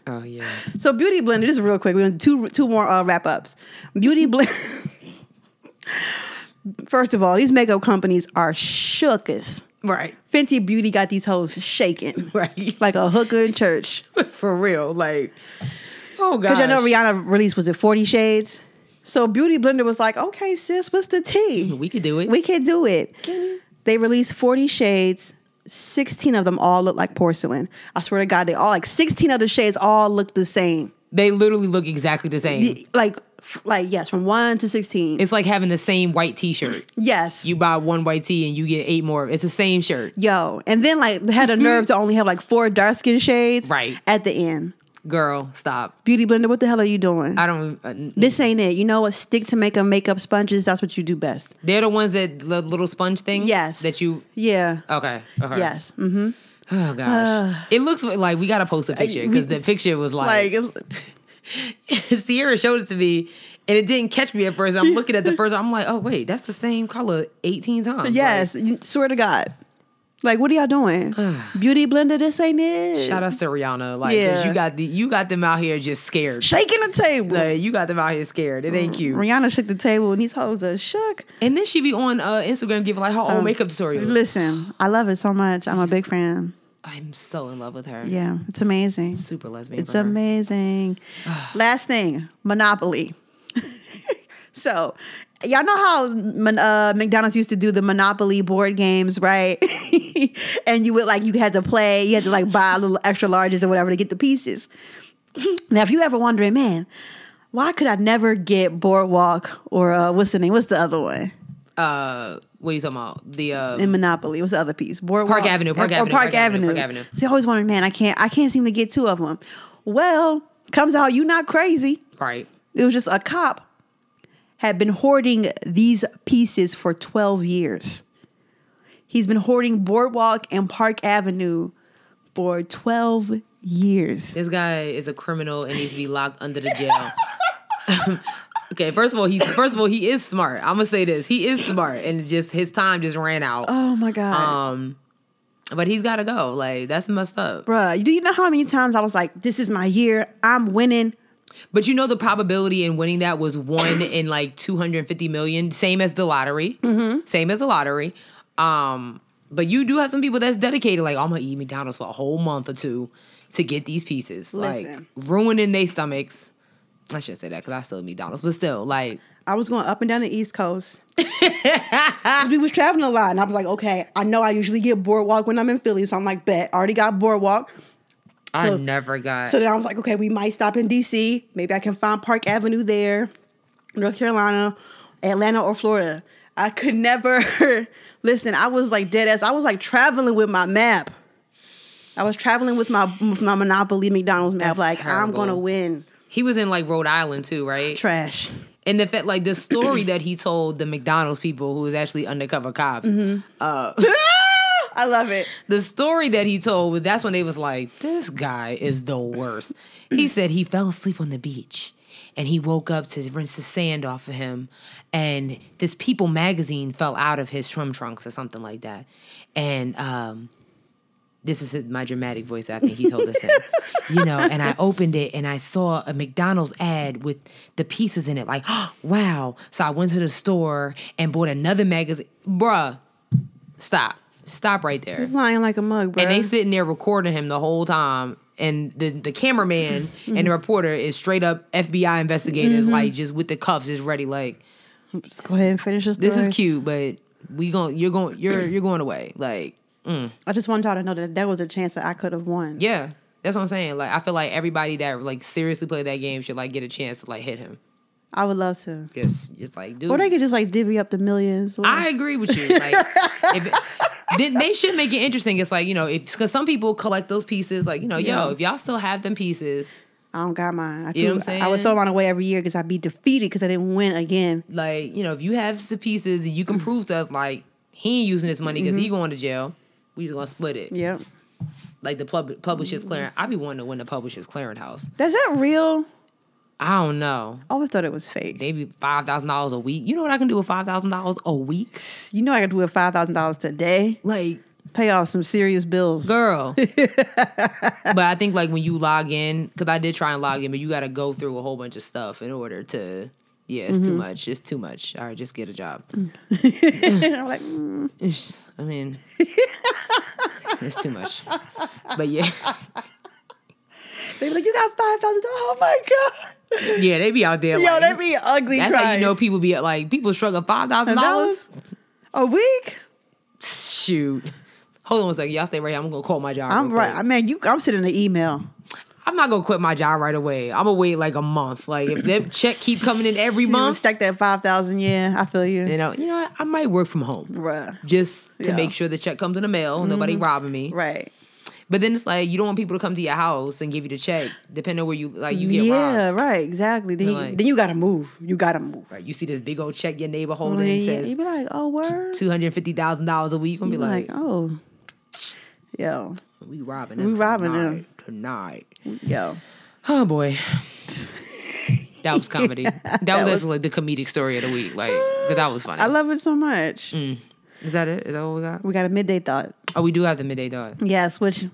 A: oh yeah.
B: so beauty blender, just real quick. We want two two more uh, wrap ups. Beauty blender. First of all, these makeup companies are shooketh.
A: Right.
B: Fenty Beauty got these hoes shaking.
A: Right.
B: Like a hooker in church.
A: For real. Like. Oh gosh.
B: Because I know Rihanna released was it Forty Shades. So Beauty Blender was like, okay, sis, what's the tea?
A: We could do it.
B: We can do it. They released Forty Shades. Sixteen of them all look like porcelain. I swear to God, they all like sixteen of the shades all look the same.
A: they literally look exactly the same.
B: The- Like, f- like yes, from one to sixteen.
A: it's like having the same white T-shirt.
B: yes,
A: You buy one white tee and you get eight more. It's the same shirt,
B: yo, and then like had a nerve to only have like four dark skin shades.
A: Mm-hmm. Right.
B: at the end,
A: girl. Stop.
B: Beauty Blender, what the hell are you doing?
A: I don't. Uh,
B: this ain't it. You know what? Stick to makeup, makeup sponges. That's what you do best.
A: They're the ones that the little sponge thing.
B: Yes.
A: That you.
B: Yeah.
A: Okay. Okay.
B: Yes. Mm-hmm.
A: Oh gosh. it looks like we gotta post a picture
B: we-
A: because the picture was
B: Like
A: like,
B: it was.
A: Sierra showed it to me, and it didn't catch me at first. I'm looking at the first. I'm like, oh wait, that's the same color 18 times. Like,
B: Yes. you- swear to God. Like what are y'all doing? Beauty blender. This ain't it.
A: shout out to Rihanna. Like 'cause
B: Yeah.
A: you got the you got them out here just scared.
B: Shaking the table.
A: Like, you got them out here scared. It ain't cute.
B: Rihanna shook the table and these hoes are shook.
A: And then she be on uh, Instagram giving like her
B: Um,
A: own makeup tutorials.
B: Listen, I love it so much. I'm a big fan.
A: I'm so in love with her.
B: Yeah, it's amazing.
A: Super lesbian.
B: It's
A: for her.
B: amazing. Last thing, Monopoly. so, y'all know how Mon- uh, McDonald's used to do the Monopoly board games, right? and you would like you had to play, you had to like buy little extra larges or whatever to get the pieces. now, if you ever wondering, man, why could I never get Boardwalk or uh, what's the name? What's the other one
A: Uh, what are you talking about? The uh,
B: in Monopoly? What's the other piece? Boardwalk,
A: Park Avenue, Park
B: or
A: Avenue,
B: Park,
A: Park
B: Avenue.
A: Avenue, Park Avenue.
B: So you always wondering, man, I can't, I can't seem to get two of them. Well, comes out you not crazy.
A: right.
B: It was just a cop had been hoarding these pieces for 12 years. He's been hoarding Boardwalk and Park Avenue for 12 years.
A: This guy is a criminal and needs to be locked under the jail. okay, first of all, he's first of all he is smart. I'm gonna say this, he is smart, and it's just his time just ran out.
B: Oh my God.
A: Um, but he's gotta go. Like that's messed up.
B: Bruh, do you know how many times I was like, this is my year, I'm winning?
A: But you know the probability in winning that was one in like 250 million, same as the lottery. Mm-hmm. Same as the lottery. Um, but you do have some people that's dedicated. Like "Oh, I'm gonna eat McDonald's for a whole month or two to get these pieces.
B: Listen.
A: Like ruining their stomachs. I shouldn't say that because I still eat McDonald's, but still, like.
B: I was going up and down the East Coast. 'Cause we was traveling a lot, and I was like, okay, I know I usually get boardwalk when I'm in Philly, so I'm like, bet, already got boardwalk.
A: I never got.
B: So then I was like, okay, we might stop in DC. Maybe I can find Park Avenue there, North Carolina, Atlanta, or Florida. I could never listen. I was like dead ass. I was like traveling with my map. I was traveling with my with my Monopoly McDonald's map.
A: That's
B: like I'm
A: terrible.
B: gonna win.
A: he was in like Rhode Island too, right?
B: Trash.
A: and the fact, like the story that he told the McDonald's people, who was actually undercover cops,
B: Mm-hmm.
A: uh,
B: I love it.
A: the story that he told was that's when they was like, this guy is the worst. he said he fell asleep on the beach and he woke up to rinse the sand off of him and this People magazine fell out of his swim trunks or something like that. And um this is my dramatic voice. I think he told us that, you know. And I opened it and I saw a McDonald's ad with the pieces in it. Like, "Oh, wow! So I went to the store and bought another magazine. Bruh, stop, stop right there.
B: Flying like a mug, bro.
A: And they sitting there recording him the whole time. And the, the cameraman and the reporter is straight up FBI investigators,
B: Mm-hmm.
A: like just with the cuffs, just ready. Like
B: go ahead and finish this.
A: this is cute, but we going you're going you're you're going away. Like
B: I just wanted y'all to know that there was a chance that I could have won.
A: yeah, that's what I'm saying. Like I feel like everybody that like seriously played that game should like get a chance to like hit him.
B: I would love to.
A: Just just like dude,
B: Or they could just like divvy up the millions.
A: I agree with you. Like, if then they should make it interesting. It's like you know, if because some people collect those pieces, like you know,
B: Yeah.
A: yo, if y'all still have them pieces,
B: I don't got mine. I,
A: You know
B: threw-
A: what I'm
B: I would
A: saying?
B: throw mine away every year because I'd be defeated because I didn't win again.
A: like you know, if you have the pieces and you can prove to us like he ain't using this money because he going to jail, we just gonna split it.
B: Yep.
A: Like the pub- publishers clearing, I be wanting to win the publishers clearinghouse.
B: Is that real? Oh,
A: I don't know,
B: I always thought it was fake.
A: maybe five thousand dollars a week. You know what I can do with five thousand dollars a week?
B: You know I could do it five thousand dollars today.
A: Like
B: Pay off some serious bills.
A: girl. but I think like when you log in, because I did try and log in, but you got to go through a whole bunch of stuff in order to. Yeah, it's too much. It's too much. All right, just get a job.
B: I'm like, mm,
A: It's- I mean, it's too much. But yeah,
B: they be like, you got five thousand dollars. Oh my god.
A: yeah, they be out there.
B: Yo,
A: like,
B: they be ugly.
A: that's how
B: crying.
A: you know people be like people struggle five thousand dollars.
B: a week.
A: Shoot. Hold on one second, y'all stay right here. I'm gonna call my job.
B: I'm
A: real
B: right.
A: quick.
B: I mean, you. I'm sending an email.
A: I'm not gonna quit my job right away. I'm gonna wait like a month. Like if that check keep coming in every
B: You
A: month,
B: Stack that five thousand. Yeah, I feel you.
A: you know, you know, what? I might work from home.
B: Bruh.
A: just to
B: Yeah. Mm-hmm.
A: make sure the check comes in the mail, nobody robbing me.
B: Right.
A: But then it's like you don't want people to come to your house and give you the check, depending on where you like you get
B: yeah.
A: robbed.
B: Right. Exactly. Then,
A: Be
B: you,
A: like-
B: then you gotta move. You gotta move.
A: Right. You see this big old check your neighbor
B: Oh,
A: holding
B: yeah,
A: says
B: you be like, oh, word.
A: two hundred fifty thousand dollars a week. You gonna be
B: You
A: like,
B: oh, yo,
A: we robbing them.
B: we robbing
A: tonight,
B: them."
A: tonight.
B: yo.
A: Oh boy. That was comedy. that, was,
B: was-
A: actually like the comedic story of the week. Like, 'cause that was funny.
B: I love it so much.
A: Mm. Is that it? Is that what we got?
B: We got a midday thought.
A: Oh, we do have the midday dog.
B: Yes, which,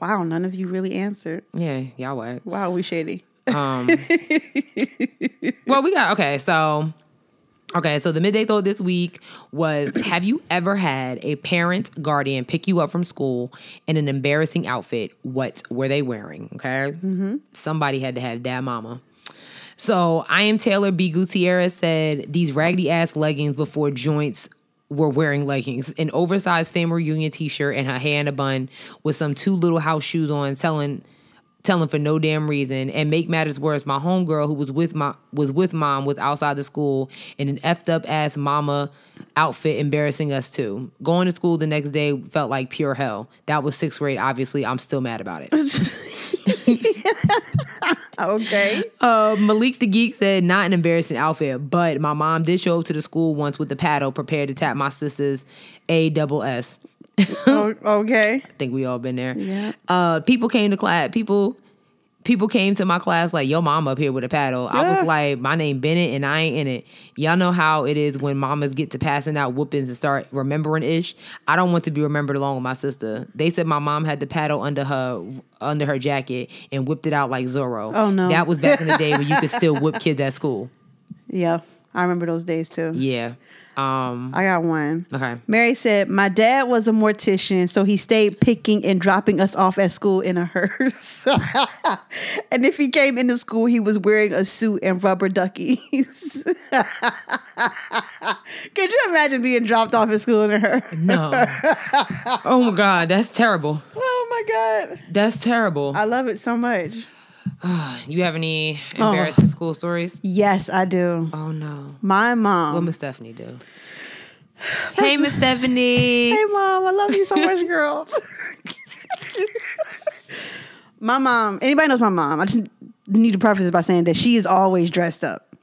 B: wow, none of you really answered.
A: Yeah, y'all whack.
B: Wow, we shady.
A: Um, well, we got okay. So, okay, so the midday thought this week was: Have you ever had a parent guardian pick you up from school in an embarrassing outfit? What were they wearing? Okay, somebody had to have that mama. So I am Taylor B. Gutierrez said these raggedy ass leggings before joints were wearing leggings, an oversized family reunion t-shirt, and her hair in a bun with some two little house shoes on, telling telling for no damn reason. And make matters worse, my homegirl who was with my was with mom was outside the school in an effed up ass mama outfit, embarrassing us too. Going to school the next day felt like pure hell. That was sixth grade, obviously. I'm still mad about it.
B: Okay.
A: Uh, Malik the Geek said, not an embarrassing outfit, but my mom did show up to the school once with the paddle prepared to tap my sister's A double S.
B: O- okay.
A: I think we all been there.
B: Yeah.
A: Uh, people came to class. People people came to my class like, yo, mom up here with a paddle. I
B: Yeah.
A: was like, my name Bennett and I ain't in it. Y'all know how it is when mamas get to passing out whoopings and start remembering ish. I don't want to be remembered along with my sister. They said my mom had the paddle under her under her jacket and whipped it out like Zorro.
B: Oh, no.
A: That was back in the day when you could still whip kids at school.
B: Yeah, I remember those days too.
A: Yeah. Um
B: I got one.
A: okay.
B: Mary said, My dad was a mortician, so he stayed picking and dropping us off at school in a hearse. and if he came into school, he was wearing a suit and rubber duckies. Could you imagine being dropped off at school in a hearse?
A: No. oh my God, that's terrible.
B: Oh my my god,
A: That's terrible.
B: I love it so much.
A: you have any
B: Oh.
A: embarrassing school stories?
B: Yes, I do.
A: Oh no.
B: My mom.
A: What Miss Stephanie do? hey, Miss Stephanie.
B: Hey, mom, I love you so much, girl. my mom. Anybody knows my mom. I just need to preface this by saying that she is always dressed up,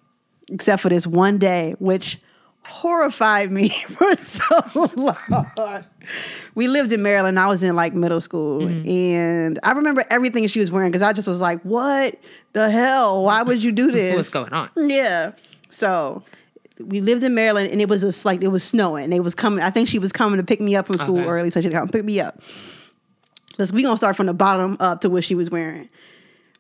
B: except for this one day, which horrified me for so long. We lived in Maryland. I was in like middle school, and I remember everything she was wearing because I just was like, "What the hell? Why would you do this?
A: What's going on?
B: Yeah. So we lived in Maryland and it was just like it was snowing. They was coming. I think she was coming to pick me up from school
A: Okay.
B: early, so she come pick me up. Let's we gonna start from the bottom up to what she was wearing.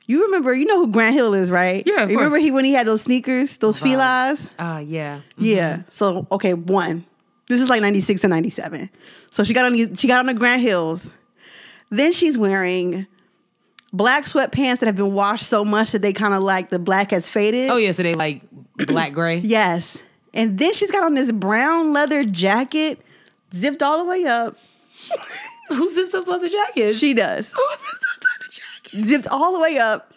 B: You remember, you know who Grant Hill is, right?
A: Yeah, of
B: You remember
A: course.
B: he when he had those sneakers, those
A: Wow.
B: felines?
A: Uh yeah.
B: Yeah. So okay, one. This is like ninety six to ninety seven. So she got on the- she got on the Grand Hills. Then she's wearing black sweatpants that have been washed so much that they kind of like the black has faded.
A: Oh yeah, so they like black gray.
B: Yes. And then she's got on this brown leather jacket, zipped all the way up.
A: Who zips up leather jackets?
B: She does. zipped all the way up.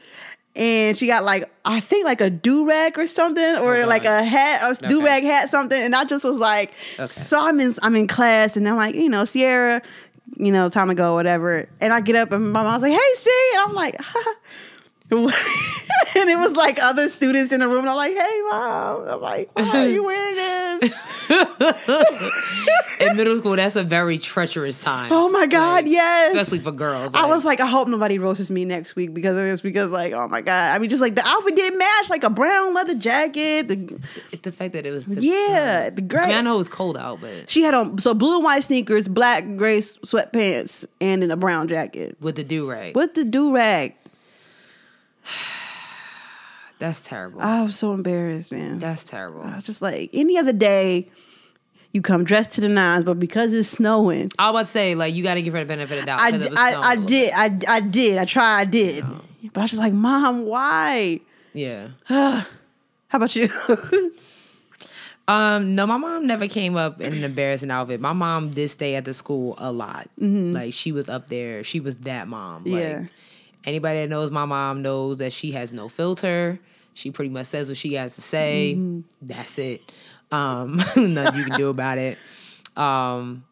B: And she got like, I think like a do rag or something, or
A: Oh, God.
B: like a hat, a do rag
A: Okay.
B: hat, something. And I just was like,
A: Okay.
B: so I'm in, I'm in class, and I'm like, you know, Sierra, you know, time to go, whatever. And I get up, and my mom's like, hey, see? And I'm like, huh. and it was like other students in the room, and I'm like, hey, mom. I'm like, why are you wearing this?
A: In middle school, that's a very treacherous time.
B: Oh my God, yes.
A: Especially for girls.
B: I was like, I hope nobody roasts me next week because of this. Because like, oh my god, I mean, just like the outfit didn't match, like a brown leather jacket. The,
A: the fact that it was
B: yeah, the gray.
A: I mean, I know it was cold out, but
B: She had on so blue and white sneakers, black gray s- sweatpants, and in a brown jacket
A: with the do rag.
B: with the do rag.
A: That's terrible.
B: I was so embarrassed, man.
A: That's terrible.
B: I was just like any other day, you come dressed to the nines, but because it's snowing,
A: I was about to say, like, you got to give her the benefit of the doubt.
B: I,
A: 'cause it
B: d-
A: was
B: I,
A: snowing
B: I
A: a little
B: did, I, I did, I tried, I did, but I was just like, Mom, why?
A: bit. Yeah.
B: How about you?
A: Um, no, my mom never came up in an embarrassing outfit. My mom did stay at the school a lot. Like she was up there. She was that mom. Like
B: Yeah.
A: anybody that knows my mom knows that she has no filter. She pretty much says what she has to say. That's it. Um, nothing you can do about it. Um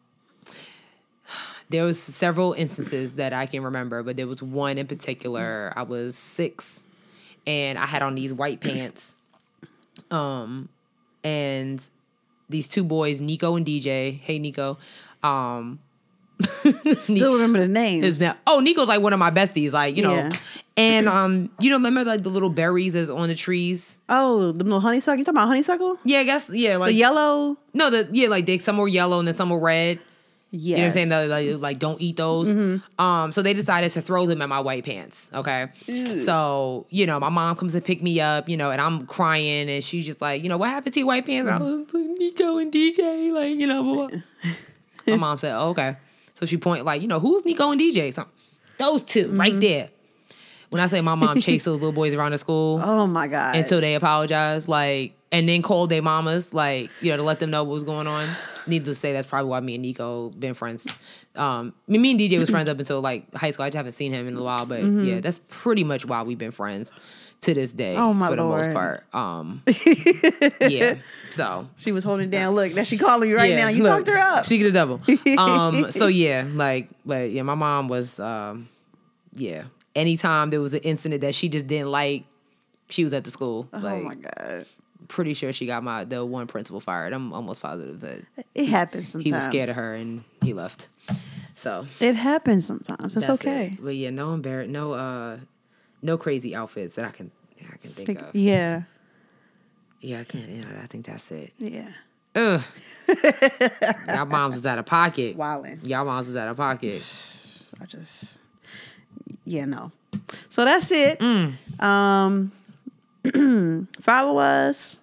A: there was several instances that I can remember, but there was one in particular. I was six and I had on these white pants. Um and these two boys, Nico and DJ. Hey Nico. Um
B: Still remember the name.
A: is now oh Nico's like one of my besties, like, you know.
B: Yeah.
A: And um, you know, remember like the little berries that's on the trees?
B: Oh, the little honeysuckle. You talking about honeysuckle?
A: Yeah, I guess yeah, like
B: The yellow.
A: no, the yeah, like they some were yellow and then some were red.
B: Yes. Mm-hmm.
A: You know what I'm saying? They're Like, like, don't eat those. Um, so they decided to throw them at my white pants. Okay. So, you know, my mom comes and pick me up, you know, and I'm crying and she's just like, you know, what happened to your white pants?
B: Mm-hmm.
A: I was like, Nico and DJ, like, you know, blah, blah. my mom said, oh, okay. So she point like, you know, who's Nico and DJ? So those 2 right
B: Mm-hmm.
A: there. When I say my mom chased those little boys around the school
B: Oh my god.
A: until they apologized, like, and then called their mamas, like, you know, to let them know what was going on. Needless to say, that's probably why me and Nico been friends. Um, me, me and DJ was friends up until like high school. I just haven't seen him in a while, but
B: Mm-hmm.
A: yeah, that's pretty much why we've been friends to this day.
B: Oh, my
A: for the most
B: Lord.
A: part. Um, yeah. So
B: she was holding down. Look, now she calling you right
A: yeah,
B: now. You
A: look,
B: talked her up.
A: Speaking of double. Um, so yeah, like, but yeah, my mom was, um, yeah. Anytime there was an incident that she just didn't like, she was at the school.
B: oh
A: like,
B: my god.
A: pretty sure she got my the one principal fired. I'm almost positive that
B: It happens sometimes.
A: he was scared of her and he left. So
B: It happens sometimes. That's,
A: that's
B: okay.
A: it. But yeah, no embar no uh, no crazy outfits that I can I can think,
B: Think-
A: of. Yeah.
B: yeah.
A: I can't. You know, I think that's it.
B: Yeah.
A: Ugh. Y'all moms was out of pocket.
B: Wildin'.
A: Y'all moms was out of pocket.
B: I just. Yeah. No. So that's it.
A: Mm.
B: Um. follow us.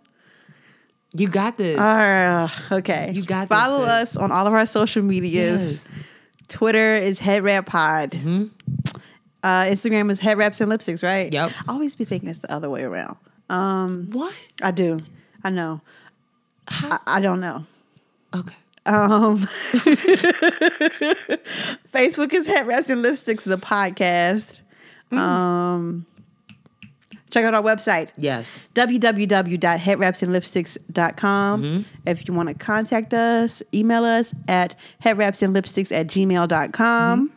A: You got this.
B: Uh, okay.
A: You got this,
B: Follow
A: sis.
B: us on all of our social medias.
A: Yes. Mm-hmm.
B: Twitter is Head Wrap Pod. Uh, Instagram is Head Wraps and Lipsticks, right?
A: Yep.
B: I always be thinking it's the other way around.
A: What?
B: I do. I know. I, I don't know.
A: Okay.
B: Um, Facebook is Head Wraps and Lipsticks, the podcast.
A: Mm.
B: Um, check out our website,
A: Yes.
B: www.headwrapsandlipsticks.com.
A: Mm-hmm.
B: If you want to contact us, email us at headwrapsandlipsticks at
A: Mm-hmm.
B: gmail.com.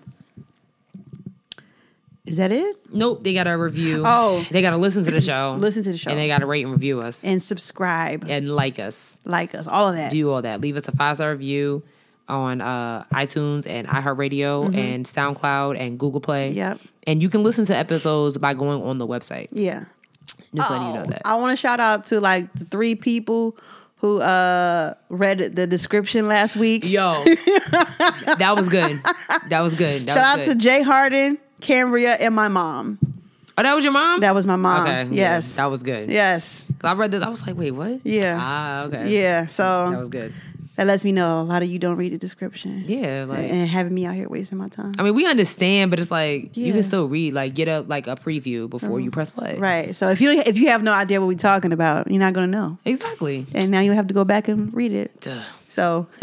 B: Is that it?
A: Nope. They got to review.
B: Oh.
A: They got to listen to the show.
B: Listen to the show.
A: And they got to rate and review us
B: And subscribe,
A: and like us.
B: like us, all of that.
A: do all that. Leave us a five star review on uh, iTunes and iHeartRadio and SoundCloud and Google Play.
B: Mm-hmm. Yep.
A: And you can listen to episodes by going on the website.
B: yeah.
A: Just letting you know that.
B: Oh, I want to shout out to like the three people who uh read the description last week.
A: Yo, that was good. That was good. That
B: shout out
A: was
B: to
A: good.
B: Jay Harden, Cambria, and my mom.
A: Oh, that was your mom?
B: That was my mom.
A: Okay. yeah,
B: Yes.
A: that was good.
B: yes.
A: 'Cause I read this. I was like, wait, what?
B: Yeah.
A: Ah, okay.
B: Yeah. So
A: That was good.
B: That lets me know a lot of you don't read the description.
A: Yeah. Like,
B: And having me out here wasting my time.
A: I mean, we understand, but it's like, you
B: Yeah. Mm-hmm.
A: can still read, like, get a, like, a preview before you press play.
B: Right. So if you if you have no idea what we're talking about, you're not gonna know.
A: Exactly.
B: And now you have to go back and read it.
A: Duh.
B: So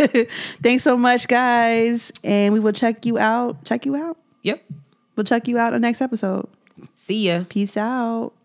B: thanks so much, guys. And we will check you out. Check you out.
A: Yep.
B: We'll check you out on the next episode.
A: See ya.
B: Peace out.